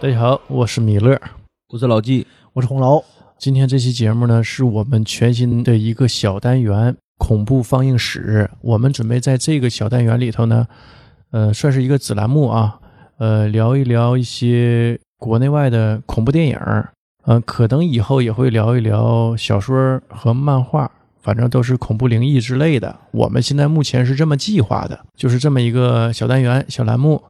大家好，我是米勒，我是老纪，我是红楼。今天这期节目呢，是我们全新的一个小单元——恐怖放映室。我们准备在这个小单元里头呢，呃，算是一个子栏目啊，呃，聊一聊一些国内外的恐怖电影，嗯、呃，可能以后也会聊一聊小说和漫画，反正都是恐怖灵异之类的。我们现在目前是这么计划的，就是这么一个小单元、小栏目。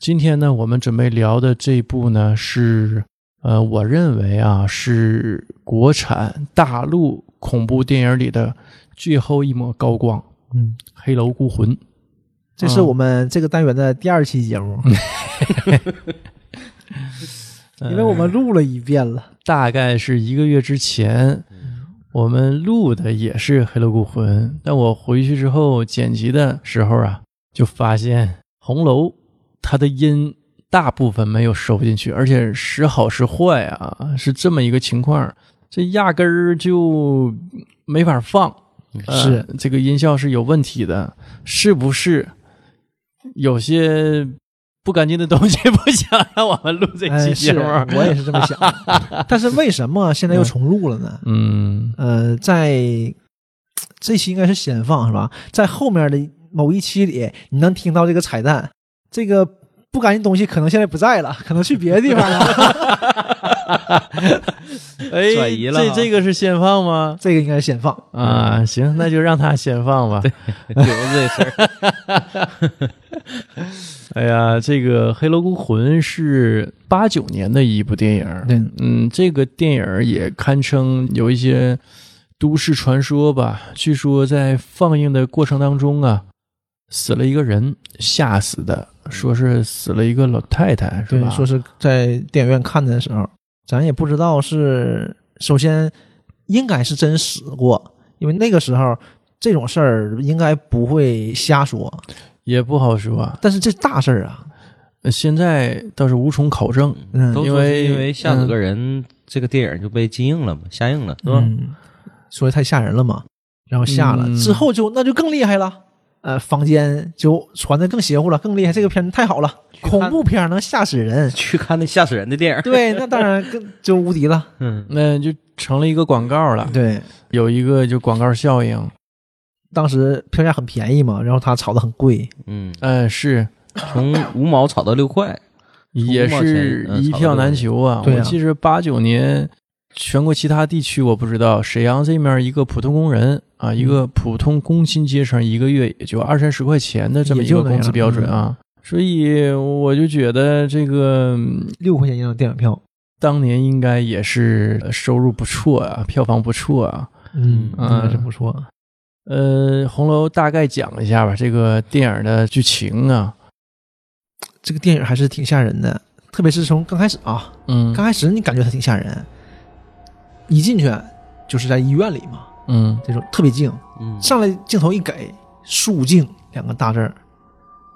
今天呢，我们准备聊的这部呢是，呃，我认为啊是国产大陆恐怖电影里的最后一抹高光，嗯， 《黑楼孤魂》。这啊是我们这个单元的第二期节嗯目，呃因为我们录了一遍 了。大概是一个月之前，嗯我们录的也是《黑楼孤魂》，但我回去之后剪辑的时候啊，就发现红楼它的音大部分没有收进去，而且时好时坏啊，是这么一个情况，这压根儿就没法放。呃是这个音效是有问题的，是不是？有些不干净的东西不想让我们录这期哎，节是目。我也是这么 想。但是为什么现在又重录了呢？嗯呃，在这期应该是先放是吧？在后面的某一期里，你能听到这个彩蛋，这个不干净东西可能现在不在了，可能去别的地方 了。哎，转移了这哈这个是先放吗？这个应该先放。啊，行，那就让他先放 吧。留着这事 儿。哎呀，这个《黑楼孤魂》是八九年的一部电影，对嗯，这个电影也堪称有一些都市传说吧。据说在放映的过程当中啊，死了一个人，吓死的，说是死了一个老太太，是吧？对，说是在电影院看的时候，咱也不知道是首先应该是真死过，因为那个时候这种事儿应该不会瞎说。也不好说，但是这大事儿啊，呃现在倒是无从考证。嗯都因说是为因为吓死个人，这个电影就被禁映了嘛，下映了，是吧？ 嗯，说的太吓人了嘛，然后吓了、嗯之后就那就更厉害了。呃，坊间就传的更邪乎了，更厉害。这个片子太好了，看。恐怖片儿能吓死人 去看那吓死人的电影。对，那当然更就无敌了。嗯，那就成了一个广告了，对，有一个就广告效应，当时票价很便宜嘛，然后它炒的很贵。 嗯，嗯、是从五毛炒到六块，也是嗯一票难求啊！对啊我记着八九年，全国其他地区我不知道，沈阳这面一个普通工人嗯啊，一个普通工薪阶层，一个月也就二三十块钱的这么一个工资标准啊。嗯所以我就觉得这个嗯六块钱一张电影票，当年应该也是呃收入不错啊，票房不错啊。嗯，嗯那还是不错。呃，红楼大概讲一下吧，这个电影的剧情啊，这个电影还是挺吓人的，特别是从刚开始啊，嗯刚开始你感觉它挺吓人，一进去就是在医院里嘛，嗯这种特别静，嗯，上来镜头一给“肃静”两个大字儿，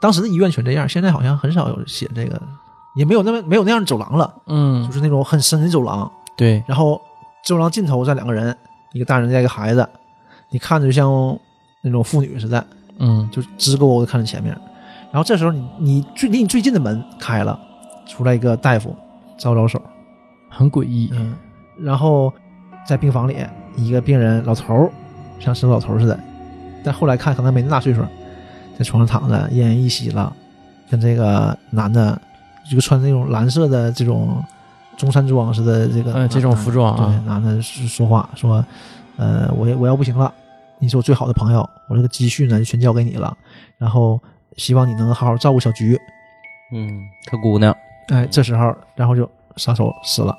当时的医院全这样，现在好像很少有写这个，也没有那么没有那样的走廊了，就嗯，是那种很深的走廊，对，然后走廊尽头站两个人，一个大人加一个孩子，你看着就像那种妇女似的，嗯就直勾勾的看着前面。然后这时候你你最离你最近的门开了，出来一个大夫招招手，很诡异，嗯，然后在病房里一个病人老头儿，像死老头儿似的，但后来看可能没那么大岁数，在床上躺着奄奄一息了，跟这个男的，一个穿那种蓝色的这种中山装似的这个，嗯这种服装啊对，男的说说话说，呃，我也我要不行了，你是我最好的朋友，我这个积蓄呢就全交给你了，然后希望你能好好照顾小菊，嗯，他姑娘，哎，这时候，然后就杀手死了。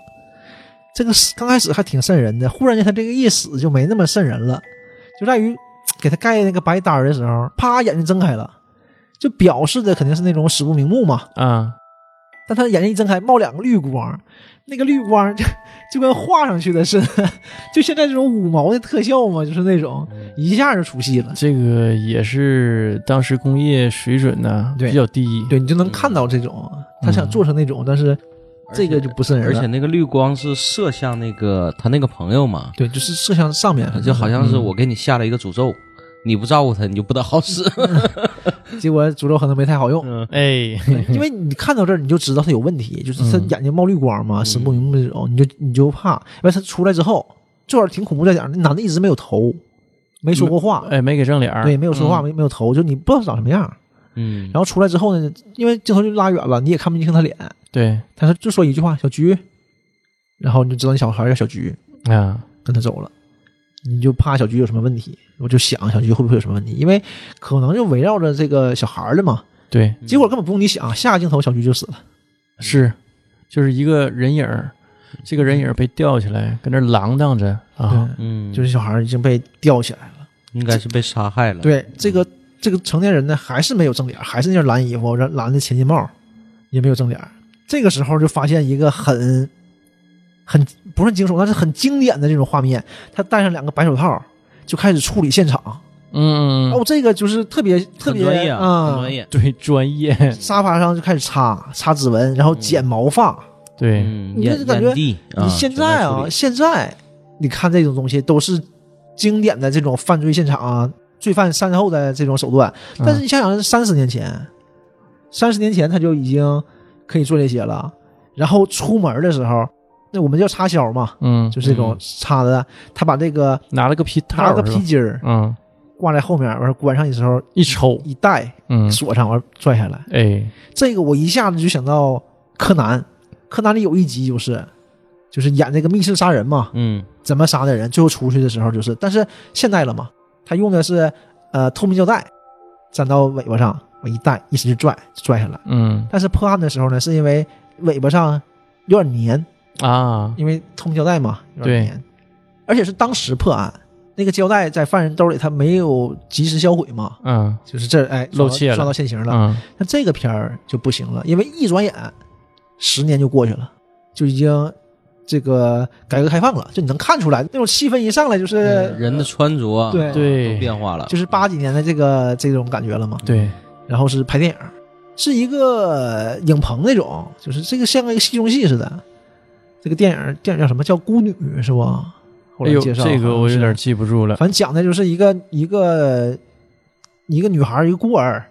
这个死刚开始还挺瘆人的，忽然间他这个一死就没那么瘆人了，就在于给他盖那个白单儿的时候，啪眼睛睁开了，就表示的肯定是那种死不瞑目嘛。啊，但他眼睛一睁开，冒两个绿光，那个绿光就就跟画上去的似的，就现在这种五毛的特效嘛，就是那种嗯一下就出戏了。这个也是当时工业水准呢对比较低，对你嗯就能看到这种，他想做成那种，但是这个就不瘆人而了。且那个绿光是射向那个他那个朋友嘛，对，就是射向上面，嗯就好像是我给你下了一个诅咒，你不照顾他，你就不得好使。结果诅咒可能没太好用，嗯哎，因为你看到这儿你就知道他有问题，就是他嗯眼睛冒绿光嘛，死不瞑目那种，你就你就怕。完他出来之后，这会儿挺恐怖在哪儿？那男的一直没有头，没说过话，哎，没给正脸儿，对，没有说话，没没有头，就你不知道他长什么样。 嗯，然后出来之后呢，因为镜头就拉远了，你也看不清他脸，对但是就说一句话“小菊”，然后你就知道你小孩叫小菊，啊，跟他走了，你就怕小菊有什么问题，我就想小菊会不会有什么问题，因为可能就围绕着这个小孩儿的嘛。对结果根本不用你想，下个镜头小菊就死了。是，就是一个人影儿，这个人影儿被吊起来，跟那儿浪荡着啊，对，嗯，就是小孩儿已经被吊起来了。应该是被杀害了。，对，这个这个成年人呢，还是没有正脸，还是那件蓝衣服，蓝蓝的前进帽，也没有正脸。这个时候就发现一个很很不是很惊悚，但是很经典的这种画面，他戴上两个白手套，就开始处理现场。嗯，哦，这个就是特别特别专业啊，很啊，专业。对，专 业，沙发上就开始擦擦指纹，然后剪毛发。对，嗯，你眼这感觉眼地啊你现在全啊，处理现在你看这种东西都是经典的这种犯罪现场、啊、罪犯善后的这种手段，但是你想想，三十年前，三十年前他就已经可以做这些了。然后出门的时候，那我们叫插销嘛，嗯，就是这种插的，他把这个拿了个皮套，拿了个是吧皮，筋儿嗯，挂在后面，完了关上的时候一抽，一带嗯，锁上，完了拽下来。哎，这个我一下子就想到柯南，柯南里有一集就是，就是演这个密室杀人嘛，嗯怎么杀的人，最后出去的时候就是，但是现代了嘛，他用的是呃透明胶带粘到尾巴上，我一带一使劲拽就拽下来。嗯但是破案的时候呢，是因为尾巴上有点粘，啊，因为透明胶带嘛，有点粘，而且是当时破案，那个胶带在犯人兜里他没有及时销毁嘛，嗯就是这哎露怯了抓到现行了，嗯，那这个片儿就不行了，因为一转眼十年就过去了，就已经这个改革开放了，就你能看出来那种气氛一上来就是、嗯人的穿着啊呃对都对变化了，嗯就是八几年的这个这种感觉了嘛。对，然后是拍电影，是一个影棚那种，就是这个像个戏中戏似的。这个电影电影叫什么？叫《孤女》是吧？后哎来呦，介绍这个我有好像点是记不住了，反正讲的就是一个一个一个女孩儿，一个孤儿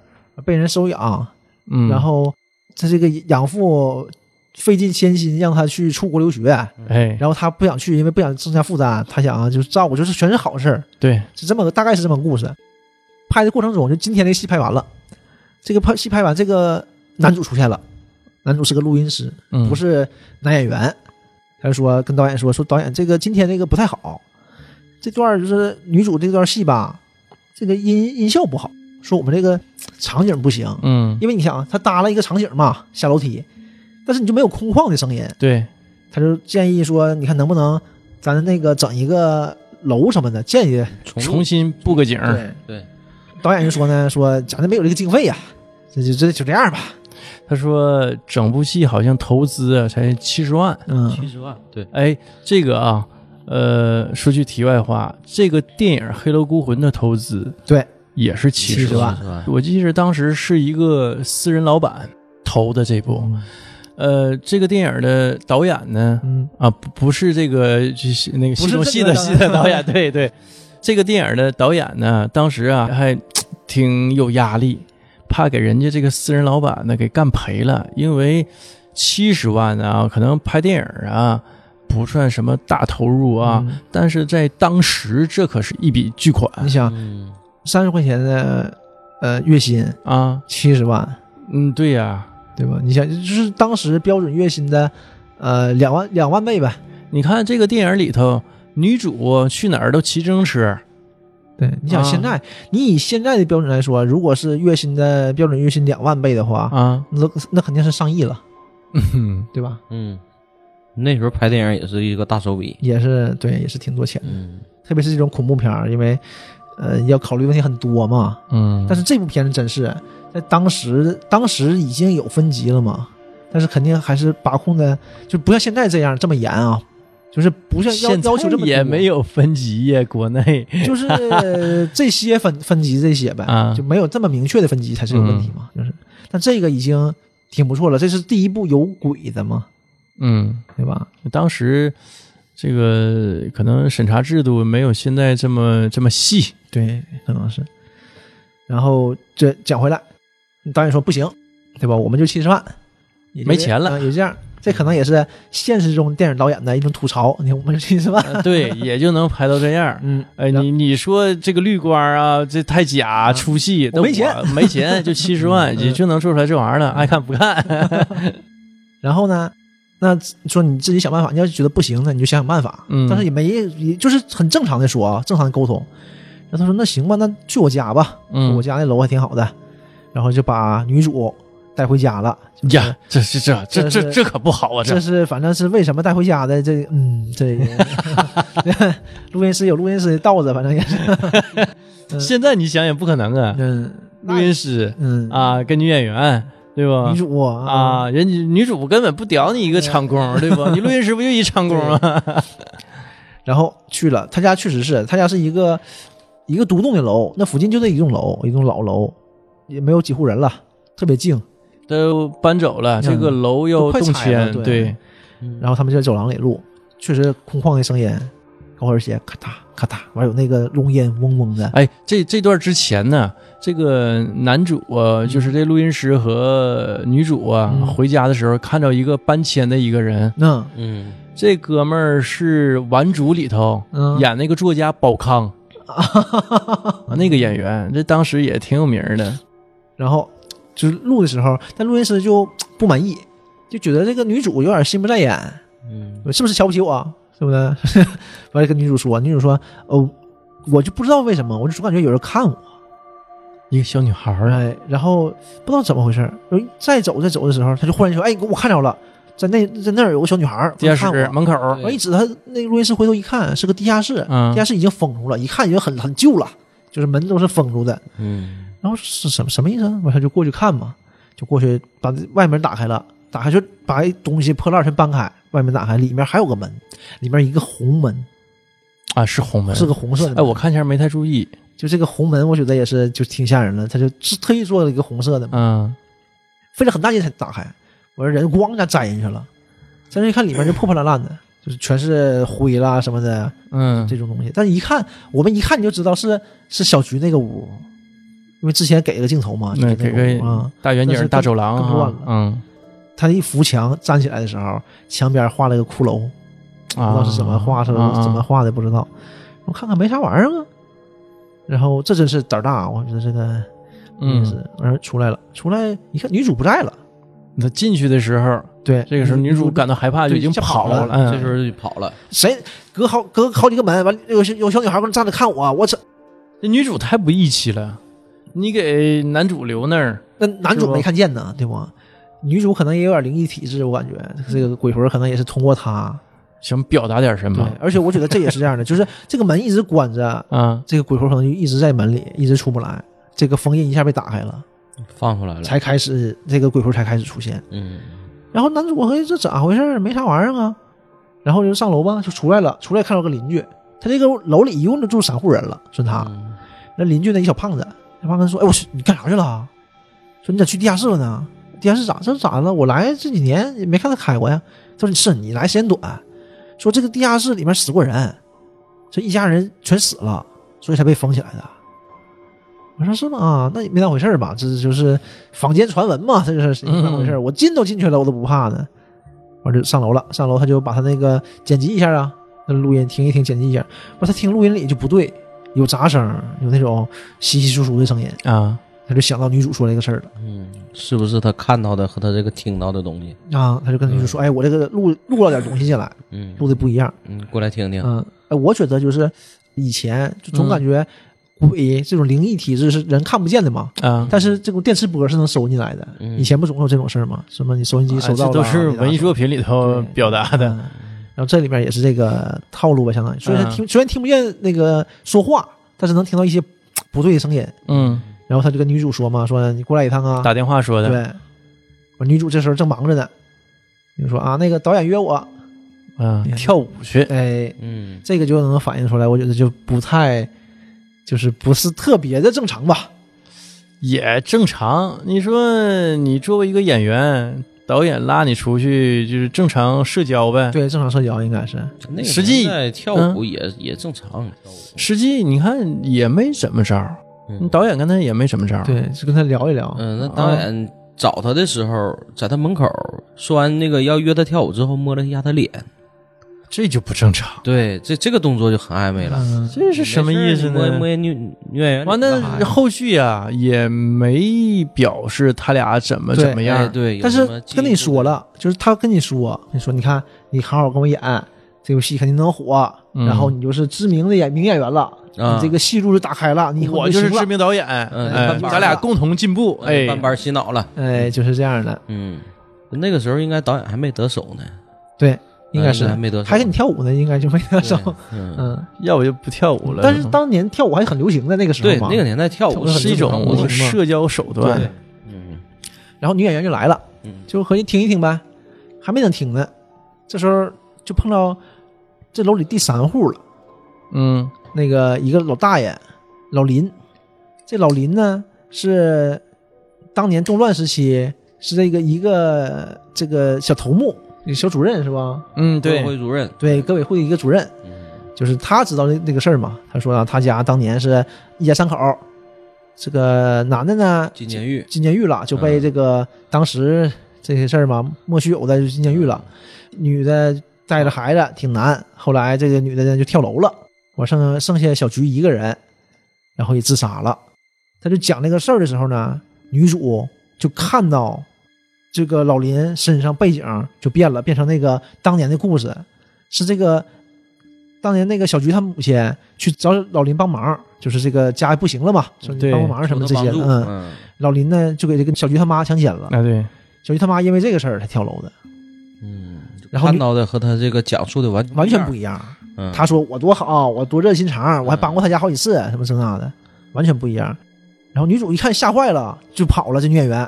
被人收养，嗯，然后他这个养父费尽千辛让他去出国留学，哎，然后他不想去，因为不想增加负担，他想啊就是照顾，就是全是好事儿，对，是这么个大概是这么个故事。拍的过程中，就今天这个戏拍完了，这个拍戏拍完，这个男主出现了，男主是个录音师，嗯不，是男演员，他就说跟导演说说导演这个今天这个不太好，这段儿就是女主这段戏吧，这个音音效不好，说我们这个场景不行，嗯，因为你想啊，他搭了一个场景嘛，下楼梯，但是你就没有空旷的声音，对，他就建议说，你看能不能咱那个整一个楼什么的，建议。重重新布个景儿，对，导演就说呢，说咱这没有这个经费呀、啊这就这就这样吧，他说整部戏好像投资啊才七十万。嗯七十万，对，哎，这个啊，呃，说句题外话，这个电影《黑楼孤魂》的投资对也是七70十万万，我记得当时是一个私人老板投的这部，呃，这个电影的导演呢，嗯，啊，不不是这个就是那个不是戏中这戏个的导戏演的导演，对对，这个电影的导演呢，当时啊还挺有压力，怕给人家这个私人老板呢给干赔了，因为七十万啊，可能拍电影啊不算什么大投入啊，嗯但是在当时这可是一笔巨款你想嗯，三十块钱的呃月薪啊，七十万，嗯，对呀、对吧？你想就是当时标准月薪的呃两万两万倍呗，你看这个电影里头，女主去哪儿都骑自行车，对，你想啊现在、你以现在的标准来说，如果是月薪的标准月薪两万倍的话，啊，那那肯定是上亿了，嗯对吧？嗯，那时候拍电影也是一个大手笔，也是对，也是挺多钱的，嗯，特别是这种恐怖片儿，因为呃要考虑问题很多嘛。嗯，但是这部片子真是在当时，当时已经有分级了嘛，但是肯定还是把控的，就不像现在这样这么严啊，就是不像要现在要求这么也多没，有分级呀，国内就是 这些分分级这些呗，啊嗯就没有这么明确的分级才是有问题嘛，就是。但这个已经 挺不错了，这是第一部有鬼的嘛，嗯，对吧？当时这个可能审查制度没有现在这么这么细。对，可能是。然后这讲回来，导演说不行，对吧？我们就去吃饭，也就没这钱了嗯也就这样。这可能也是现实中电影导演的一种吐槽。你看我们就去吃饭，呃对，也就能拍到这样。嗯，哎， 然后你你说这个绿光啊，这太假出戏，我没钱嗯但我没钱就七十 万，也就能做出来这玩意儿了，爱看不看。然后呢，那说你自己想办法，你要是觉得不行呢，你就想想办法。嗯但是也没，也就是很正常的说啊，正常的沟通。然后他说那行吧，那去我家吧，嗯我家那楼还挺好的。然后就把女主带回家了。就是呀，这是这这这这是这可不好啊！这是反正是为什么带回家的？这嗯，这 录音师有录音师的道子，反正也是，现在你想也不可能啊，嗯录音师嗯，啊，跟女演员对吧女？主啊，啊，人家女主根本不屌你一个场工，对 吧？你录音师不就一场工吗？然后去了他家，确实是他家是一个一个独栋的楼，那附近就这一栋楼，一栋老楼，也没有几户人了，特别静。都搬走了，这个楼要都快动拆迁，了对对，嗯然后他们就在走廊里录，确实空旷的声音，高跟鞋咔嗒咔嗒，完有那个浓烟嗡嗡的，哎，这这段之前呢，这个男主啊，就是这录音师和女主啊，嗯回家的时候看到一个搬迁的一个人，嗯嗯，这哥们儿是《顽主》里头、嗯，演那个作家宝康 啊，那个演员，这当时也挺有名儿的。然后就是录的时候，但录音师就不满意，就觉得这个女主有点心不在焉，嗯是不是瞧 不起我？对不对？完了跟女主说，女主说，哦，我就不知道为什么，我就总感觉有人看我。一个小女孩儿啊，哎，然后不知道怎么回事儿，然后再走再走的时候，他就忽然说：“哎，我看着了，在那在那儿有个小女孩儿，地下看室我。门口儿，我一指他那个录音室，回头一看是个地下室，嗯地下室已经封住了，一看已经很很旧了，就是门都是封住的。嗯然后是什么什么意思啊？完他就过去看嘛，就过去把外门打开了，打开就把东西破烂全搬开，外门打开，里面还有个门，里面一个红门，啊，是红门，是个红色的门。哎，我看前没太注意，就这个红门，我觉得也是就挺吓人了，他就是特意做了一个红色的嘛。嗯，费了很大劲才打开。我说人咣一下栽进去了，在那一看里面就破破烂烂的，就是全是灰啦什么的嗯，这种东西。但一看，我们一看你就知道是是小菊那个屋，因为之前给了个镜头嘛，就那是哎给那个屋个啊。大远但景、是更大走廊更乱啊了，嗯，他一扶墙站起来的时候，墙边画了个骷髅，不知啊，道是怎么画，是怎啊啊么画的不知道。我看看没啥玩意儿啊。然后这真是胆儿大，我觉得这个也是嗯，。完事儿出来了，出来一看女主不在了，他进去的时候，对，这个时候女主干。感到害怕，就嗯对已经吓跑跑了嗯这时候就跑了，谁隔好隔好几个门，完了有小有小女孩搁那站着看我，我操！这女主太不义气了，你给男主留那儿，那男是主吧没看见呢，对不？女主可能也有点灵异体质，我感觉这个鬼魂可能也是通过她。想表达点什对么，而且我觉得这也是这样的， 就是这个门一直关着，啊？这个鬼魂可能就一直在门里，一直出不来。这个封印一下被打开了，放出来了，才开始这个鬼魂才开始出现。嗯然后男主合计这咋回事儿？没啥玩意儿啊。然后就上楼吧，就出来了。出来看到个邻居，他这个楼里一共就住三户人了，算他。嗯那邻居那一小胖子，那胖子说：“哎，我去，你干啥去了？说你咋去地下室了呢？地下室咋这咋了？我来这几年也没看他开过呀。”他说：“是你来时间短，说这个地下室里面死过人，这一家人全死了，所以才被封起来的。”我说：“是吗？啊，那也没当回事儿吧？这就是坊间传闻嘛，这就是谁没当回事儿？我进都进去了，我都不怕呢。”完就上楼了，上楼他就把他那个剪辑一下啊，那录音听一听，剪辑一下。完他听录音里就不对，有杂声儿，有那种稀稀疏疏的声音，啊，他就想到女主说那个事儿嗯，是不是他看到的和他这个听到的东西？了啊，他就跟女主嗯说：“哎，我这个录录了点东西进来，嗯录的不一样。嗯，过来听”听，嗯，哎，我觉得就是以前就总嗯感觉鬼这种灵异体质是人看不见的嘛，啊，但是这种电磁波是能收进来的。嗯以前不总有这种事儿吗？什么你收音机收到啊这都了，是你拿文艺手作品里头表达对的嗯，然后这里面也是这个套路吧，相当于虽然嗯听、虽然听不见那个说话，但是能听到一些不对的声音。嗯，然后他就跟女主说嘛，说你过来一趟啊，打电话说的，对，我女主这时候正忙着呢，女主说啊，那个导演约我，啊，嗯跳舞 去，哎，嗯这个就能反映出来，我觉得就不太，就是不是特别的正常吧。也正常。你说你作为一个演员，导演拉你出去就是正常社交呗。对，正常社交应该是嗯那个实际年代跳嗯舞也、也正常，实际你看也没怎么着，嗯导演跟他也没怎么着。对，就跟他聊一聊。啊嗯，那导演找他的时候，在他门口说完那个要约他跳舞之后，摸了一下他脸，这就不正常。对，这这个动作就很暧昧了。嗯，这是什么意思没事儿你摸呢？摸女女演员，完干啥了呀后续呀、也没表示他俩怎么对怎么哎样。对，有但是什么进一步跟的你说，了，就是他跟你说，你说你看你好好跟我演这游戏肯定能火，嗯然后你就是知名的演名演员了，啊你这个戏路就打开了，你以后我就就是行了知，名导演，嗯哎半班儿咱俩了共同进步。哎，半班洗脑了，哎，就是这样的，嗯，那个时候应该导演还没得手呢，对，应该是还没得手，还跟你跳舞呢，应该就没得上，嗯对嗯，嗯，要不就不跳舞了。但是当年跳舞还很流行的那个时候对，嘛，那个年代跳舞很是一正常种的行吗社交手对段，嗯然后女演员就来了，嗯，就合计听一听呗，还没等听呢，这时候就碰到这楼里第三户了。嗯，那个一个老大爷，老林。这老林呢是当年动乱时期是这个一个这个小头目，小主任是吧？嗯，社会对，主任，对，革委会一个主任，嗯就是他知道那那个事儿嘛。他说啊，他家当年是一家三口，这个男的呢进监狱，进监狱了，就被嗯这个当时这些事儿嘛莫须有的就进监狱了。女的带着孩子挺难，后来这个女的呢就跳楼了，我剩剩下小菊一个人，然后也自杀了。他就讲这个事儿的时候呢，女主就看到这个老林身上背景就变了，变成那个当年的故事，是这个当年那个小菊她母亲去找老林帮忙，就是这个家不行了嘛，说你对帮帮忙什么这些的，受到帮助嗯，嗯老林呢就给这个小菊他妈强奸了，啊对，小菊他妈因为这个事儿才跳楼的，嗯，然后看到的和他这个讲述的完完全不一一样。样，嗯他说我多好，我多热心肠，我还帮过他家好几次，啊什么这那的，完全不一样。然后女主一看吓坏了，就跑了，这女演员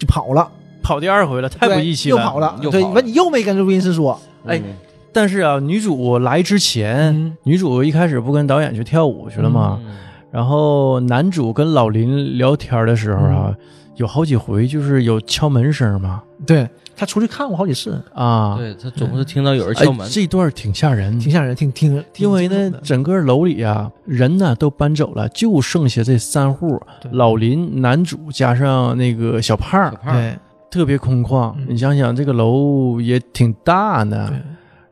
就跑了，跑第二回了，太不对义气又跑了。了，又对，跑了完你又没跟录音师说，哎嗯但是啊，女主来之前，嗯，女主一开始不跟导演去跳舞去了啊吗？嗯然后男主跟老林聊天的时候啊，嗯有好几回就是有敲门声嘛，对他出去看过好几次，啊，对他总是听到有人敲门哎，，这段挺吓人，挺吓人，挺挺，挺因为惊悚呢的，整个楼里啊，人呢都搬走了，就剩下这三户，对老林、男主加上那个小胖小儿，胖儿，特别空旷。嗯你想想，这个楼也挺大对呢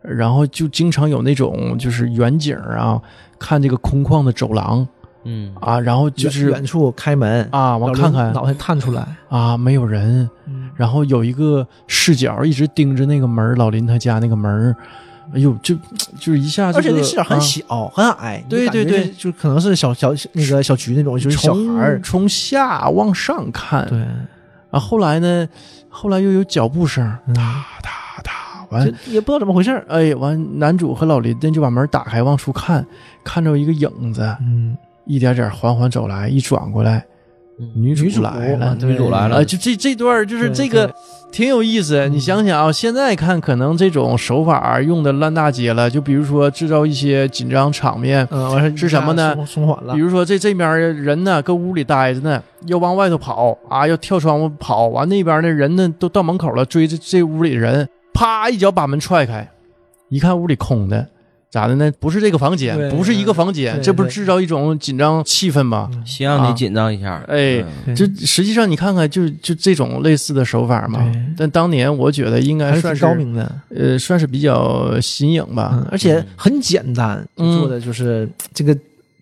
对，，然后就经常有那种就是远景儿啊，看这个空旷的走廊嗯，啊，然后就远是远处开门，啊，老往林看看脑袋探出来，啊，没有人，嗯然后有一个视角一直盯着那个门儿，老林他家那个门儿，哎呦，就就是一下、这而个，且那视角很啊小很矮，你就对感觉对是，就可能是小小那个小菊那啊种，就是小孩儿从，从下往上看，对，啊，后来呢，后来又有脚步声，嗯哒哒哒，就完，也不知道怎么回事儿，哎，完，男主和老林呢就把门打开往出看，看着一个影子，嗯。一点点缓缓走来，一转过来，女女主来了，对女主来了啊，就这这段儿就是对这个对嗯挺有意思。你想想啊，现在看可能这种手法用的烂大街了，就比如说制造一些紧张场面。嗯，完事儿是什么呢松松缓了比，如说这这边儿人呢，搁屋里待着呢，要往外头跑啊，要跳窗户跑，完那边儿的人呢都到门口了，追这这屋里人，啪一脚把门踹开，一看屋里空的，咋的呢？不是这个房间对，不是一个房间，对这不是对制造一种紧张气氛吗？嗯先让啊你紧张一下，哎嗯对就实际上你看看就，就这种类似的手法嘛对。但当年我觉得应还该是算挺是高明的，呃，算是比较新颖吧。嗯，而且很简单，就嗯做的就是这个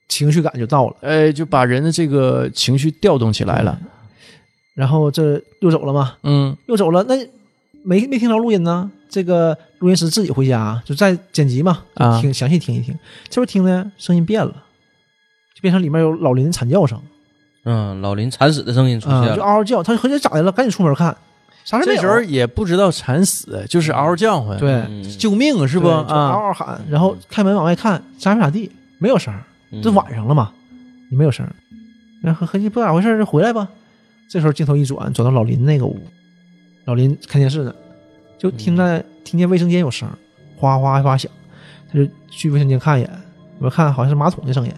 情绪感就到了，哎，就把人的这个情绪调动起来了。然后这又走了嘛，嗯，又走了，那没没听着录音呢，这个录音师自己回家就再剪辑嘛，啊听详细听一听，这边听呢声音变了，就变成里面有老林的惨叫声，嗯，老林惨死的声音出啊，现就了，嗷嗷叫，他合计咋的了，赶紧出门看，啥事儿这没有，时候也不知道惨死，就是嗷嗷叫唤，对，嗯救命是不对就嗷啊？嗷喊，然后开门往外看，咋没咋地，没有声儿。嗯这晚，上了嘛，你没有声儿，然后合计不咋回事儿，就回来吧。这时候镜头一转，转到老林那个屋，老林看电视呢，就嗯听到、听见卫生间有声儿，哗哗哗响，他就去卫生间看一眼，我看好像是马桶的声音，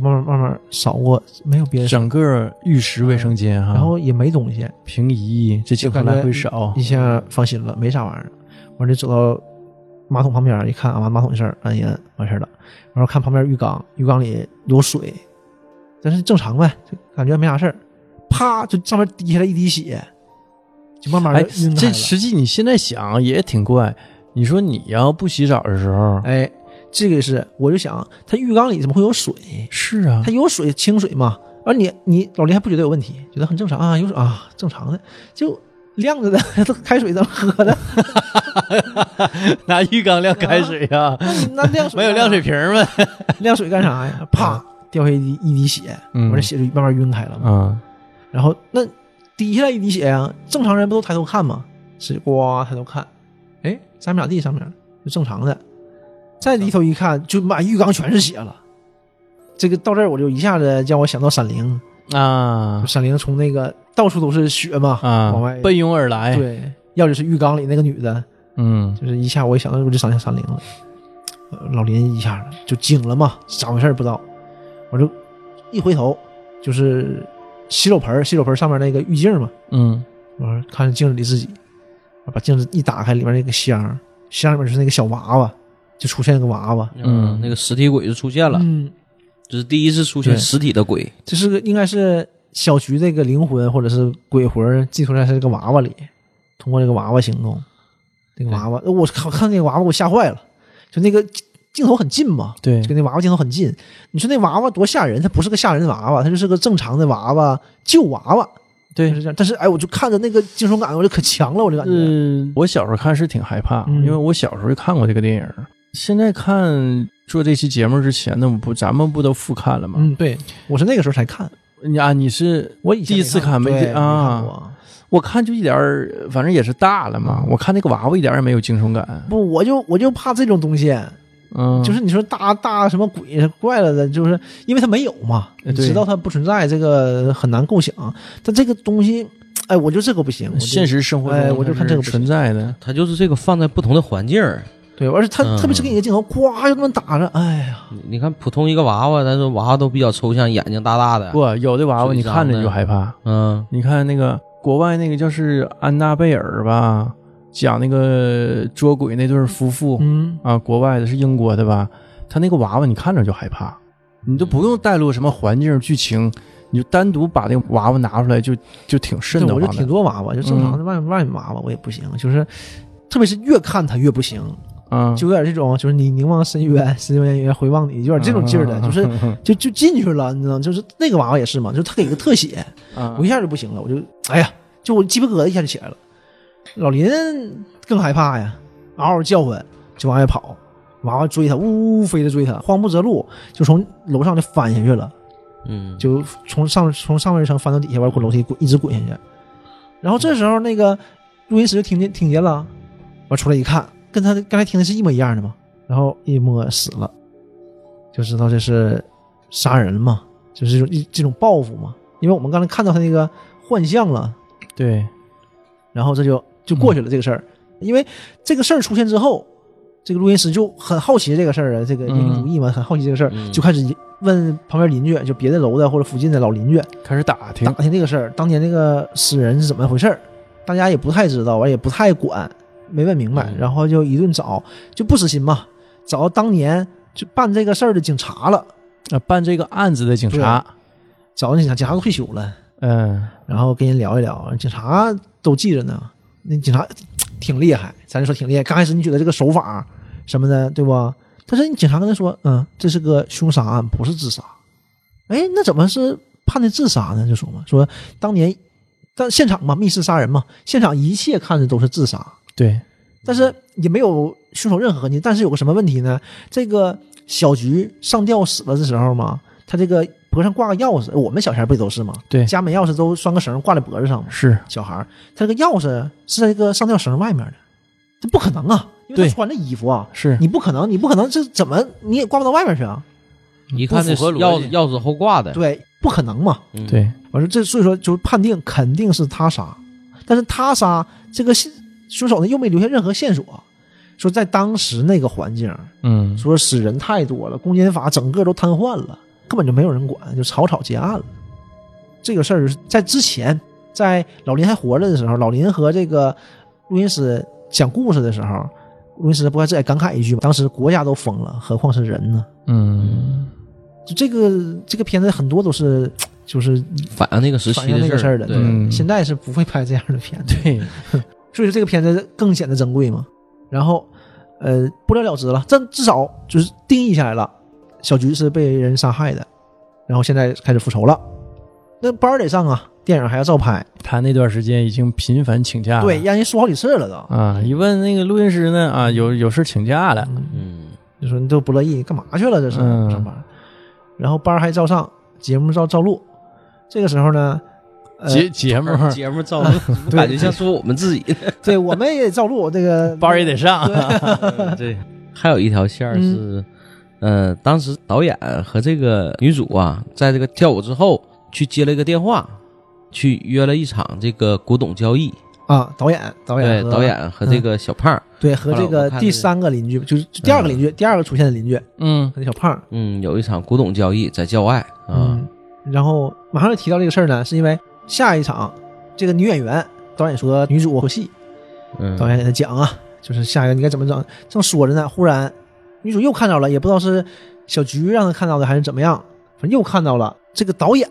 慢慢慢慢扫过，没有别的事，整个玉石卫生间啊哈，然后也没东西，平移这镜头来回扫一，下放心了，没啥玩意儿。完了就走到马桶旁边儿一看啊，马桶的事儿，按一按完事儿了。完了看旁边浴缸，浴缸里有水，但是正常呗，就感觉没啥事儿。啪，就上面滴下来一滴血，就慢慢哎的晕，开这了。实际你现在想也挺怪。你说你要不洗澡的时候，哎，这个是我就想，它浴缸里怎么会有水？是 啊它，有水，清水嘛。而你你老林还不觉得有问题，觉得很正常啊，有水啊，正常的，就晾着的， 都开水怎么喝的？拿浴缸晾开水 呀，那你那晾水没有干啥晾水瓶吗？晾水干啥呀？啪，掉下一滴一滴血，嗯完这血就慢慢晕开了嘛。啊，然后那滴下来一滴血呀、正常人不都抬头看吗？是呱抬头看，哎，三米咋地上面就正常的，再低头一看，就满浴缸全是血了。这个到这儿我就一下子让我想到《闪灵》，啊闪灵》从那个到处都是血嘛，啊往外，奔涌而来，，对，要就是浴缸里那个女的，嗯，就是一下我一想到我就想起闪灵了，呃老林一下就惊了嘛，咋回事儿不知道，我就一回头就是洗手盆儿，洗手盆儿上面那个浴镜嘛，嗯，我说看着镜子里自己，我把镜子一打开，里面那个箱儿，箱里面就是那个小娃娃，就出现了个娃娃，嗯那个实体鬼就出现了，嗯，这是第一次出对现实体的鬼，这是个应该是小菊这个灵魂或者是鬼魂儿寄托在这个娃娃里，通过这个娃娃行动，这个娃娃，呃我靠看那个娃娃给我吓坏了，就那个镜头很近嘛，对就，跟那娃娃镜头很近。你说那娃娃多吓人？它不是个吓人的娃娃，它就是个正常的娃娃，旧娃娃，对就是这样。但是哎，我就看着那个惊悚感，我就可强了，我就感觉。嗯，我小时候看是挺害怕，嗯因为我小时候就看过这个电影。现在看做这期节目之前呢，我不咱们不都复看了吗？嗯，对，我是那个时候才看，你啊，你是我以前第一次看没没见啊没看过我看就一点儿，反正也是大了嘛。我看那个娃娃一点儿也没有惊悚感，不，我就我就怕这种东西，嗯，就是你说大大什么鬼怪了的，就是因为它没有嘛，呃你对知道它不存在，这个很难构想。但这个东西，哎，我就这个不行，我就现实生活哎中我就它看是这个不存在的，它就是这个放在不同的环境儿。对，而且它、嗯特别是给你的镜头，呱就那么打着，哎呀，你你看普通一个娃娃，咱说娃娃都比较抽象，眼睛大大的，不，有的娃娃你看着你就害怕。嗯，你看那个国外那个叫是安娜贝尔吧，讲那个捉鬼那对儿夫妇，嗯，啊，国外的是英国的吧？他那个娃娃你看着就害怕，你都不用带入什么环境剧情，你就单独把那个娃娃拿出来就就挺瘆对得我慌就挺的多娃娃，就正常的外外面娃娃我也不行，就是特别是越看它越不行，啊，就有点这种，就是你凝望深渊，深渊源回望你，有点这种劲儿的，就是就就进去了，你知道吗，就是那个娃娃也是嘛，就是他给个特写，啊我一下就不行了，我就哎呀，就我鸡皮疙瘩一下就起来了。老林更害怕呀，嗷嗷叫唤就往外跑，娃娃追他，呜呜飞着追他，慌不择路就从楼上就翻下去了，嗯，就从上从上面一层翻到底下，完滚楼梯滚一直滚下去。然后这时候那个录音师就听见听见了，完出来一看，跟他刚才听的是一模一样的嘛。然后一摸死了，就知道这是杀人嘛，就是这种一这种报复嘛。因为我们刚才看到他那个幻象了，对，然后这就就过去了这个事儿。因为这个事儿出现之后，这个录音师就很好奇这个事儿啊，这个英雄主义嘛，很好奇这个事儿，嗯就开始问旁边邻居，就别的楼的或者附近的老邻居开始打听打，听这个事儿，当年那个死人是怎么回事儿，大家也不太知道，完也不太管，没问明白，嗯然后就一顿找，就不死心嘛，找到当年就办这个事儿的警察了，啊，办这个案子的警察，找到警察，警察都退休了。嗯，然后跟人聊一聊，警察都记着呢。那警察挺厉害，咱就说挺厉害。刚开始你觉得这个手法什么的，对吧？但是你警察跟他说，嗯，这是个凶杀案，不是自杀。哎，那怎么是判的自杀呢？就说嘛，说当年但现场嘛，密室杀人嘛，现场一切看着都是自杀，对，但是也没有凶手任何痕迹。但是有个什么问题呢？这个小菊上吊死了的时候嘛，她这个脖上挂个钥匙，我们小前不也都是吗？对家门钥匙都拴个绳挂在脖子上嘛。是，小孩儿，他这个钥匙是在这个上吊绳外面的，这不可能啊，因为对他穿着衣服啊，是你不可能，你不可能，这怎么你也挂不到外面去啊？一看这不符合钥逻钥辑匙后挂的，嗯对，不可能嘛。对，对，我说这所以说就是判定肯定是他杀，但是他杀这个线凶手呢又没留下任何线索，说在当时那个环境，嗯，说死人太多了，公检法整个都瘫痪了，根本就没有人管，就草草结案了。这个事儿在之前，在老林还活着的时候，老林和这个录音师讲故事的时候，录音师不还自己感慨一句吗？当时国家都疯了，何况是人呢？嗯，就这个这个片子很多都是就是反映那个时反期映那个事事儿的，对，嗯现在是不会拍这样的片子，对，所以说这个片子更显得珍贵嘛。然后，呃，不了了之了，但至少就是定义下来了，小菊是被人杀害的，然后现在开始复仇了，那班儿得上啊，电影还要照拍，他那段时间已经频繁请啊假了，对，让人说好几次了都，啊，一问那个录音师呢，啊，有有事请假了，嗯，就说你都不乐意，干嘛去了？这是嗯上班，然后班儿还照上，节目照照录，这个时候呢，呃，节节目而嗯节目造的对感觉像说我们自己的，对我们也照录，这 个 班儿也得上，对。还有一条线儿嗯是，呃，当时导演和这个女主啊，在这个跳舞之后去接了一个电话，去约了一场这个古董交易。啊，导演导演对，和嗯导演和这个小胖儿，对和这后来我个看第那个三个邻居，就是就第二个邻居，第二个出现的邻居， 嗯和那小胖儿，嗯，有一场古董交易在郊外啊嗯，，然后马上就提到这个事儿呢，是因为下一场这个女演员导演说女主有戏，嗯，导演给她讲啊，就是下一个你该怎么整，正说着呢，忽然女主又看到了，也不知道是小菊让她看到的还是怎么样，反正又看到了这个导演，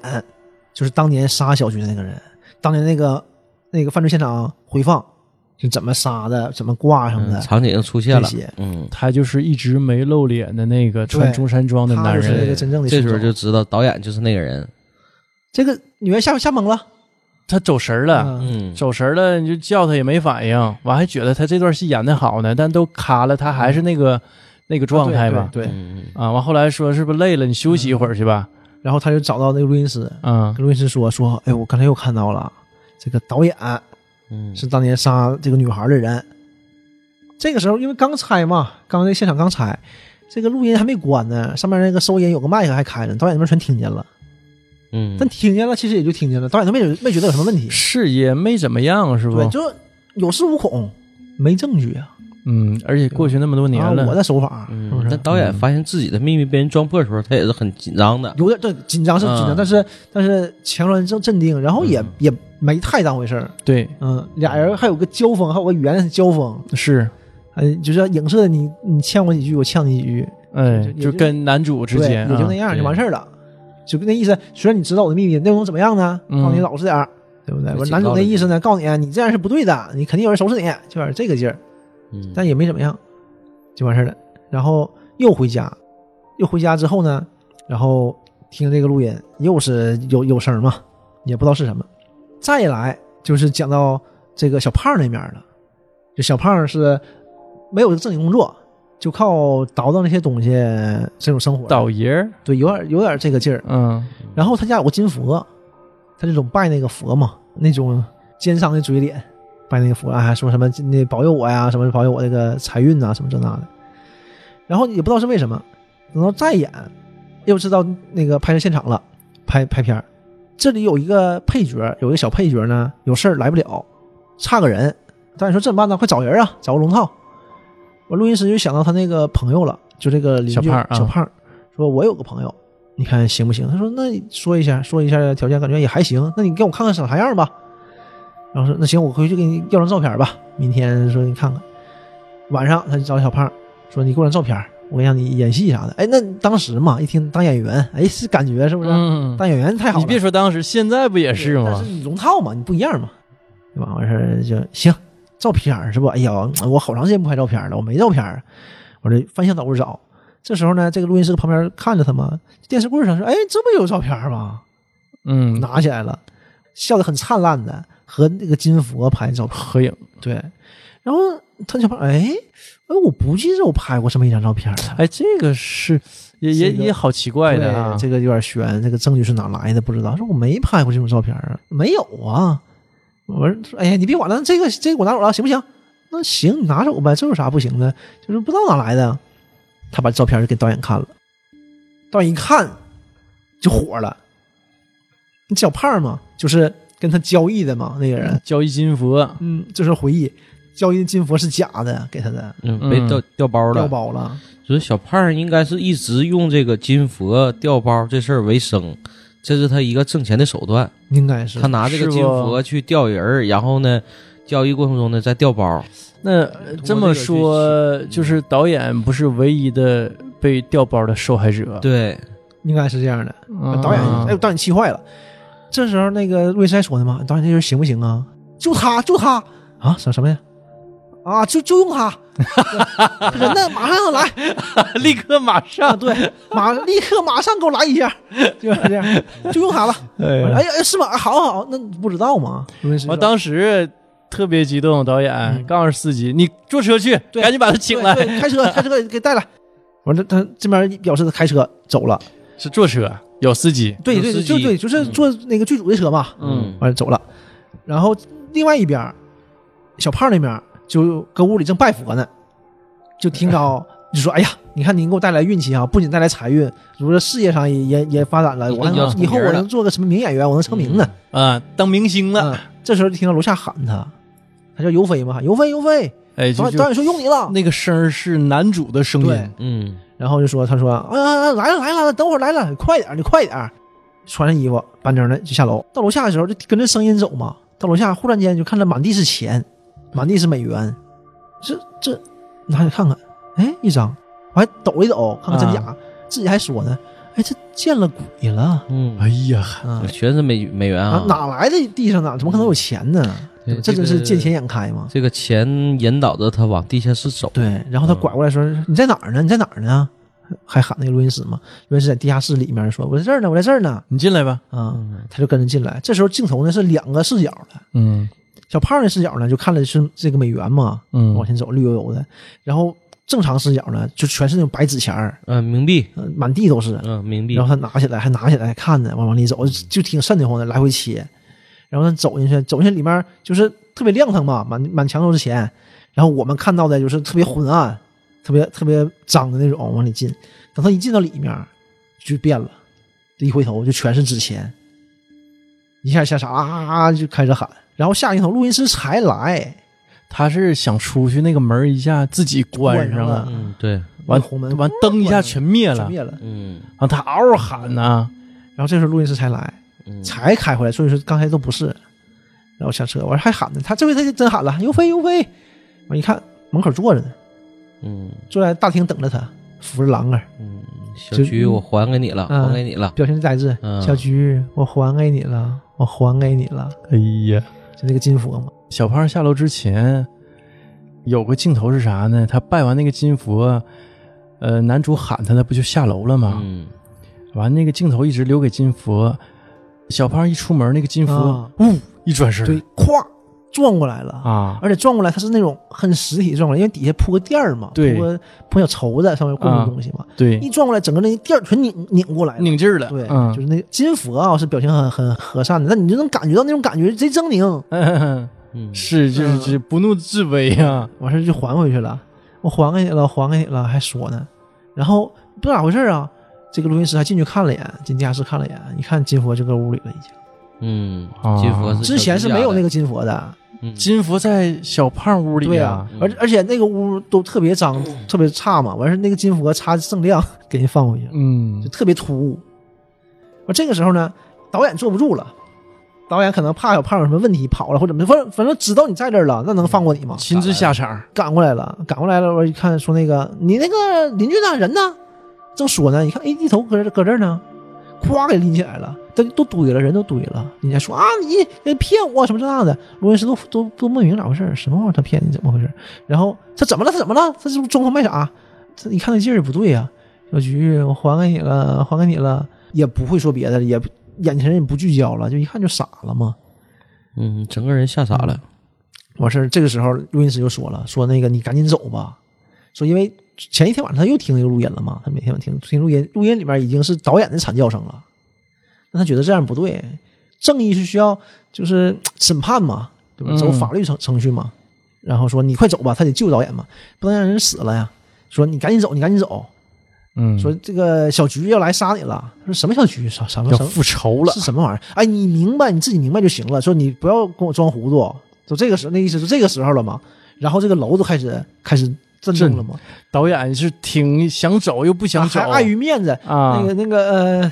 就是当年杀小菊的那个人，当年那个那个犯罪现场回放是怎么杀的，怎么挂上的嗯，场景又出现了这些，嗯，他就是一直没露脸的那个穿对中山装的他男就是那人，个真正的这凶时候手就知道导演就是那个人，这个女人吓吓懵了，他走神儿了。嗯嗯，走神儿了，你就叫他也没反应，我还觉得他这段戏演的好呢，但都卡了，他还是那个、那个状态吧。嗯对，对对嗯啊，完后来说是不是累了，你休息一会儿去吧。然后他就找到那个录音师，嗯啊跟录音师说说，哎，我刚才又看到了，这个导演嗯，是当年杀这个女孩的人。这个时候，因为刚拆嘛，刚在现场刚拆，这个录音还没关呢，上面那个收音有个麦克还开着，导演那边全听见了。嗯，但听见了，其实也就听见了，导演都没没觉得有什么问题，是也没怎么样，是不对，？就有恃无恐，没证据啊，嗯，而且过去那么多年啊了，我的手法是不嗯，是但？导演发现自己的秘密被人撞破的时候，他也是很紧张的。有点对紧张是紧张，嗯但是但是强装镇镇定，然后也、嗯也没太当回事儿。对，嗯，俩人还有个交锋，还有个语言交锋，是，嗯，就是影射你，你欠我几句，我欠你几句，哎就，也就就跟男主之对，间也就啊那，样对就完事儿了，就跟那意思。虽然你知道我的秘密，那能怎么样呢？嗯告诉你老实点儿，对不对？就我警男主告那了意思呢，告诉你，你这样是不对的，你肯定有人收拾你，就有点这个劲儿，嗯，但也没怎么样，就完事儿了。然后又回家，又回家之后呢，然后听这个录音，又是有有声儿嘛，也不知道是什么。再来就是讲到这个小胖那面了，就小胖是没有正经工作，就靠倒腾那些东西这种生活，倒爷儿，对，有点有点这个劲儿。嗯然后他家有个金佛，他就总拜那个佛嘛，那种奸商的嘴脸，拜那个佛啊，还说什么那保佑我呀，什么保佑我这个财运啊呐、什么这那的。然后也不知道是为什么，等到再演，又知道那个拍摄现场了，拍拍片儿。这里有一个配角，有一个小配角呢，有事儿来不了，差个人。导演说这怎么办呢？快找人啊，找个龙套。我录音师就想到他那个朋友了，就这个邻居小胖儿啊小胖儿说我有个朋友，你看行不行？他说那你说一下，说一下条件，感觉也还行。那你给我看看长啥样吧。然后说那行，我回去给你要张照片吧，明天说你看看。晚上他就找小胖儿说你给我张照片儿，我让你演戏啥的。哎，那当时嘛，一听当演员，哎是感觉是不是？嗯，当演员太好了。你别说当时，现在不也是但吗是？你龙套嘛，你不一样嘛，对吧？完事儿就行，照片儿是吧？哎呀，我好长时间不拍照片儿了，我没照片儿，我这翻箱倒柜找。这时候呢，这个录音师旁边看着他嘛，电视柜儿上说：“哎，这不有照片儿吗？”嗯，拿起来了，笑得很灿烂的，和那个金佛拍照片。合影，对，然后他小胖，哎，哎，我不记得我拍过这么一张照片儿了。哎，这个是也也这个也好奇怪的啊对，这个有点悬，这个证据是哪来的不知道。说我没拍过这种照片啊，没有啊。我说，哎呀，你别管了，这个这个我拿走了，行不行？那行，你拿走呗，这有啥不行的？就是不知道哪来的。他把照片就给导演看了，导演一看就火了。你小胖嘛，就是跟他交易的嘛，那个人，交易金佛，嗯，这是回忆。交易的金佛是假的，给他的嗯，被嗯掉掉包掉了。包了。所以小胖儿应该是一直用这个金佛掉包这事儿为生，这是他一个挣钱的手段。应该是他拿这个是金不佛去钓人儿，然后呢，交易过程中呢再掉包。那呃这么说，就是导演不是唯一的被调包的受害啊者。对，应该是这样的。嗯，导演，嗯哎，导演气坏了。这时候那个瑞斯还说呢嘛，导演这人行不行啊？就他，就他啊，什什么呀？啊，就就用他， 人呢？马上要来， 立刻马啊，上，对，马立刻马上给我来一下，就是这样，就用他了。哎我说呀哎呀，是吗？啊好好好，那你不知道吗？瑞斯我说当时特别激动，导演嗯告诉司机，你坐车去，对赶紧把他请对来。对开车，开车给带来。完了，他这边表示他开车走了。是坐车，有司机。对有对司对，就机对，就是嗯坐那个剧组的车嘛。嗯完了走了。然后另外一边儿，小胖那边儿就搁屋里正拜佛呢，就听着 就说：“哎呀，你看您给我带来运气啊，不仅带来财运，如说事业上也也也发展了，我还要能成以后名我儿了能做个什么名演员，我能成名呢。啊，当明星了。嗯这时候就听到楼下喊他，他叫尤飞嘛，尤飞尤飞，哎，导就演导就演说用你了。那个声儿是男主的声对音。嗯，然后就说：“他说啊啊啊，来了来了，等会儿来了，你快点儿，你快点儿。”穿上衣服，板正的就下楼。到楼下的时候，就跟着声音走嘛。到楼下，忽然间就看着满地是钱，满地是美元。这这，拿起看看，哎，一张，我还抖一抖，看看真假。啊自己还说呢，哎，这见了鬼了嗯，哎呀，啊！全是美美元啊啊，，哪来的地上啊哪怎么可能有钱呢？对这这真是见钱个眼开嘛。这个钱引导着他往地下室走。对，然后他拐过来说：“你在哪儿呢？你在哪儿呢？”还喊那个录音师嘛，录音师在地下室里面说：“我在这儿呢，我在这儿呢。”你进来吧。啊、他就跟着进来。这时候镜头呢是两个视角的，嗯小胖的视角呢就看的是这个美元嘛，嗯往前走绿油油的，然后正常视角呢就全是那种白纸钱儿，嗯，冥币，呃满地都是。嗯，冥币然，后他拿起来还拿起来看呢，往往里走，就挺瘆得慌的，来回切。然后他走进去，走进去里面就是特别亮堂嘛，满满墙都是钱。然后我们看到的就是特别昏暗，特别特别脏的那种，往里进。等他一进到里面，就变了，一回头就全是纸钱，一下吓傻啊啊啊就开始喊。然后下一头录音师才来，他是想出去，那个门儿一下自己关上关上了，嗯，对，完红门完灯一下全灭全了，灭了。嗯，啊，他嗷嗷喊啊呐，然后这时候录音师才来，嗯才开回来，所以说刚才都不是。然后下车，我说还喊呢，他这回他就真喊了，尤飞尤飞！我一看门口坐着呢，嗯坐在大厅等着他，扶着栏杆，嗯，小就菊，我还给你了，嗯还给你了。表情呆滞。嗯小菊，我还给你了，我还给你了，哎呀，就那个金佛嘛。小胖下楼之前有个镜头是啥呢？他拜完那个金佛，呃，男主喊他，他不就下楼了啊吗？嗯，完那个镜头一直留给金佛，小胖一出门，那个金佛啊呜、一转身，对，咵撞过来了啊，而且撞过来，它是那种很实体撞过来，因为底下铺个垫儿嘛，铺对啊个铺小绸子，上面供着东西嘛。一对，撞过来，整个那垫儿全拧拧过来了。拧劲儿了，对，嗯，就是那金佛啊，是表情很很和善的，但你就能感觉到那种感觉贼狰狞。嗯嗯 是就是嗯就是不怒自威啊，完事儿就还回去了，我还给你了，还给你了，还说呢。然后不知道咋回事儿啊，这个录音师还进去看了一眼，进地下室看了一眼，一看金佛就搁屋里了，已经。嗯啊，金佛是之前是没有那个金佛的，个金佛在小胖屋里啊对啊呀、呀、而而且那个屋都特别脏，特别差嘛。完事儿那个金佛擦锃亮给人放回去，嗯就特别突兀。完这个时候呢，导演坐不住了。导演可能怕小胖有什么问题跑了或者怎么，反正反正知道你在这儿了，那能放过你吗？亲自下场，赶过来了，赶过来了，我一看说那个你那个邻居呢？人呢？正说呢，一看，哎，一头搁这搁这儿呢，咵给拎起来了，都都堆了，人都堆了。人家说啊，你你骗我什么这那的，罗云石都都都莫名咋回事儿什么玩意儿？他骗你怎么回事儿？然后他怎么了？他怎么了？他是不是装疯卖傻？这一看那劲儿也不对呀、小菊，我还给你了，还给你了，也不会说别的了，也眼前人也不聚焦了，就一看就傻了嘛。嗯，整个人吓傻了。完事儿，这个时候录音师就说了，说那个你赶紧走吧，说因为前一天晚上他又听那个录音了嘛，他每天晚上听听录音，录音里面已经是导演的惨叫声了，那他觉得这样不对，正义是需要就是嘖审判嘛，对吧？嗯走法律程程序嘛，然后说你快走吧，他得救导演嘛，不能让人死了呀。说你赶紧走，你赶紧走。嗯，说这个小菊要来杀你了。说什么小菊？啥什么要什么复仇了是，什么玩意儿？哎，你明白你自己明白就行了。说你不要跟我装糊涂。就这个时候，那意思就这个时候了嘛。然后这个楼都开始开始震动了嘛，啊导演是挺想走又不想走，还碍于面子，啊那个那个呃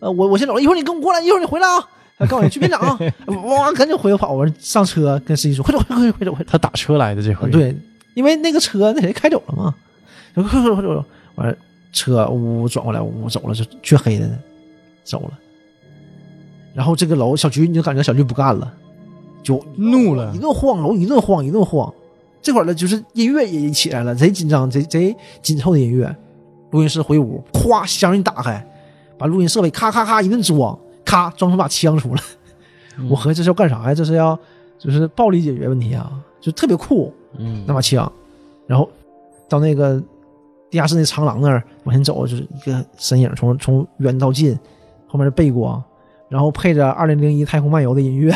呃，我我先走了，一会儿你跟我过来，一会儿你回来啊。还告诉你去片场啊， 哇，赶紧回跑！我上车跟司机说，快走，快走，快走，快走！他打车来的这回，，对，因为那个车那谁开走了嘛，快快快快走！完了，车呜呜转过来，呜呜走了，就黢黑的呢，走了。然后这个楼小菊，你就感觉小菊不干了，就怒了一顿晃楼，一顿晃，一顿晃。这会儿呢，就是音乐也起来了，贼紧张，贼贼紧凑的音乐。录音师回屋，咵，箱一打开，把录音设备咔咔咔一顿装，咔装出把枪出来。我合计这是要干啥呀？这是要就是暴力解决问题啊，就特别酷。嗯那把枪，然后到那个地下室那长廊那儿往前走，就是一个身影从从远到近，后面的背光，然后配着二零零一太空漫游的音乐，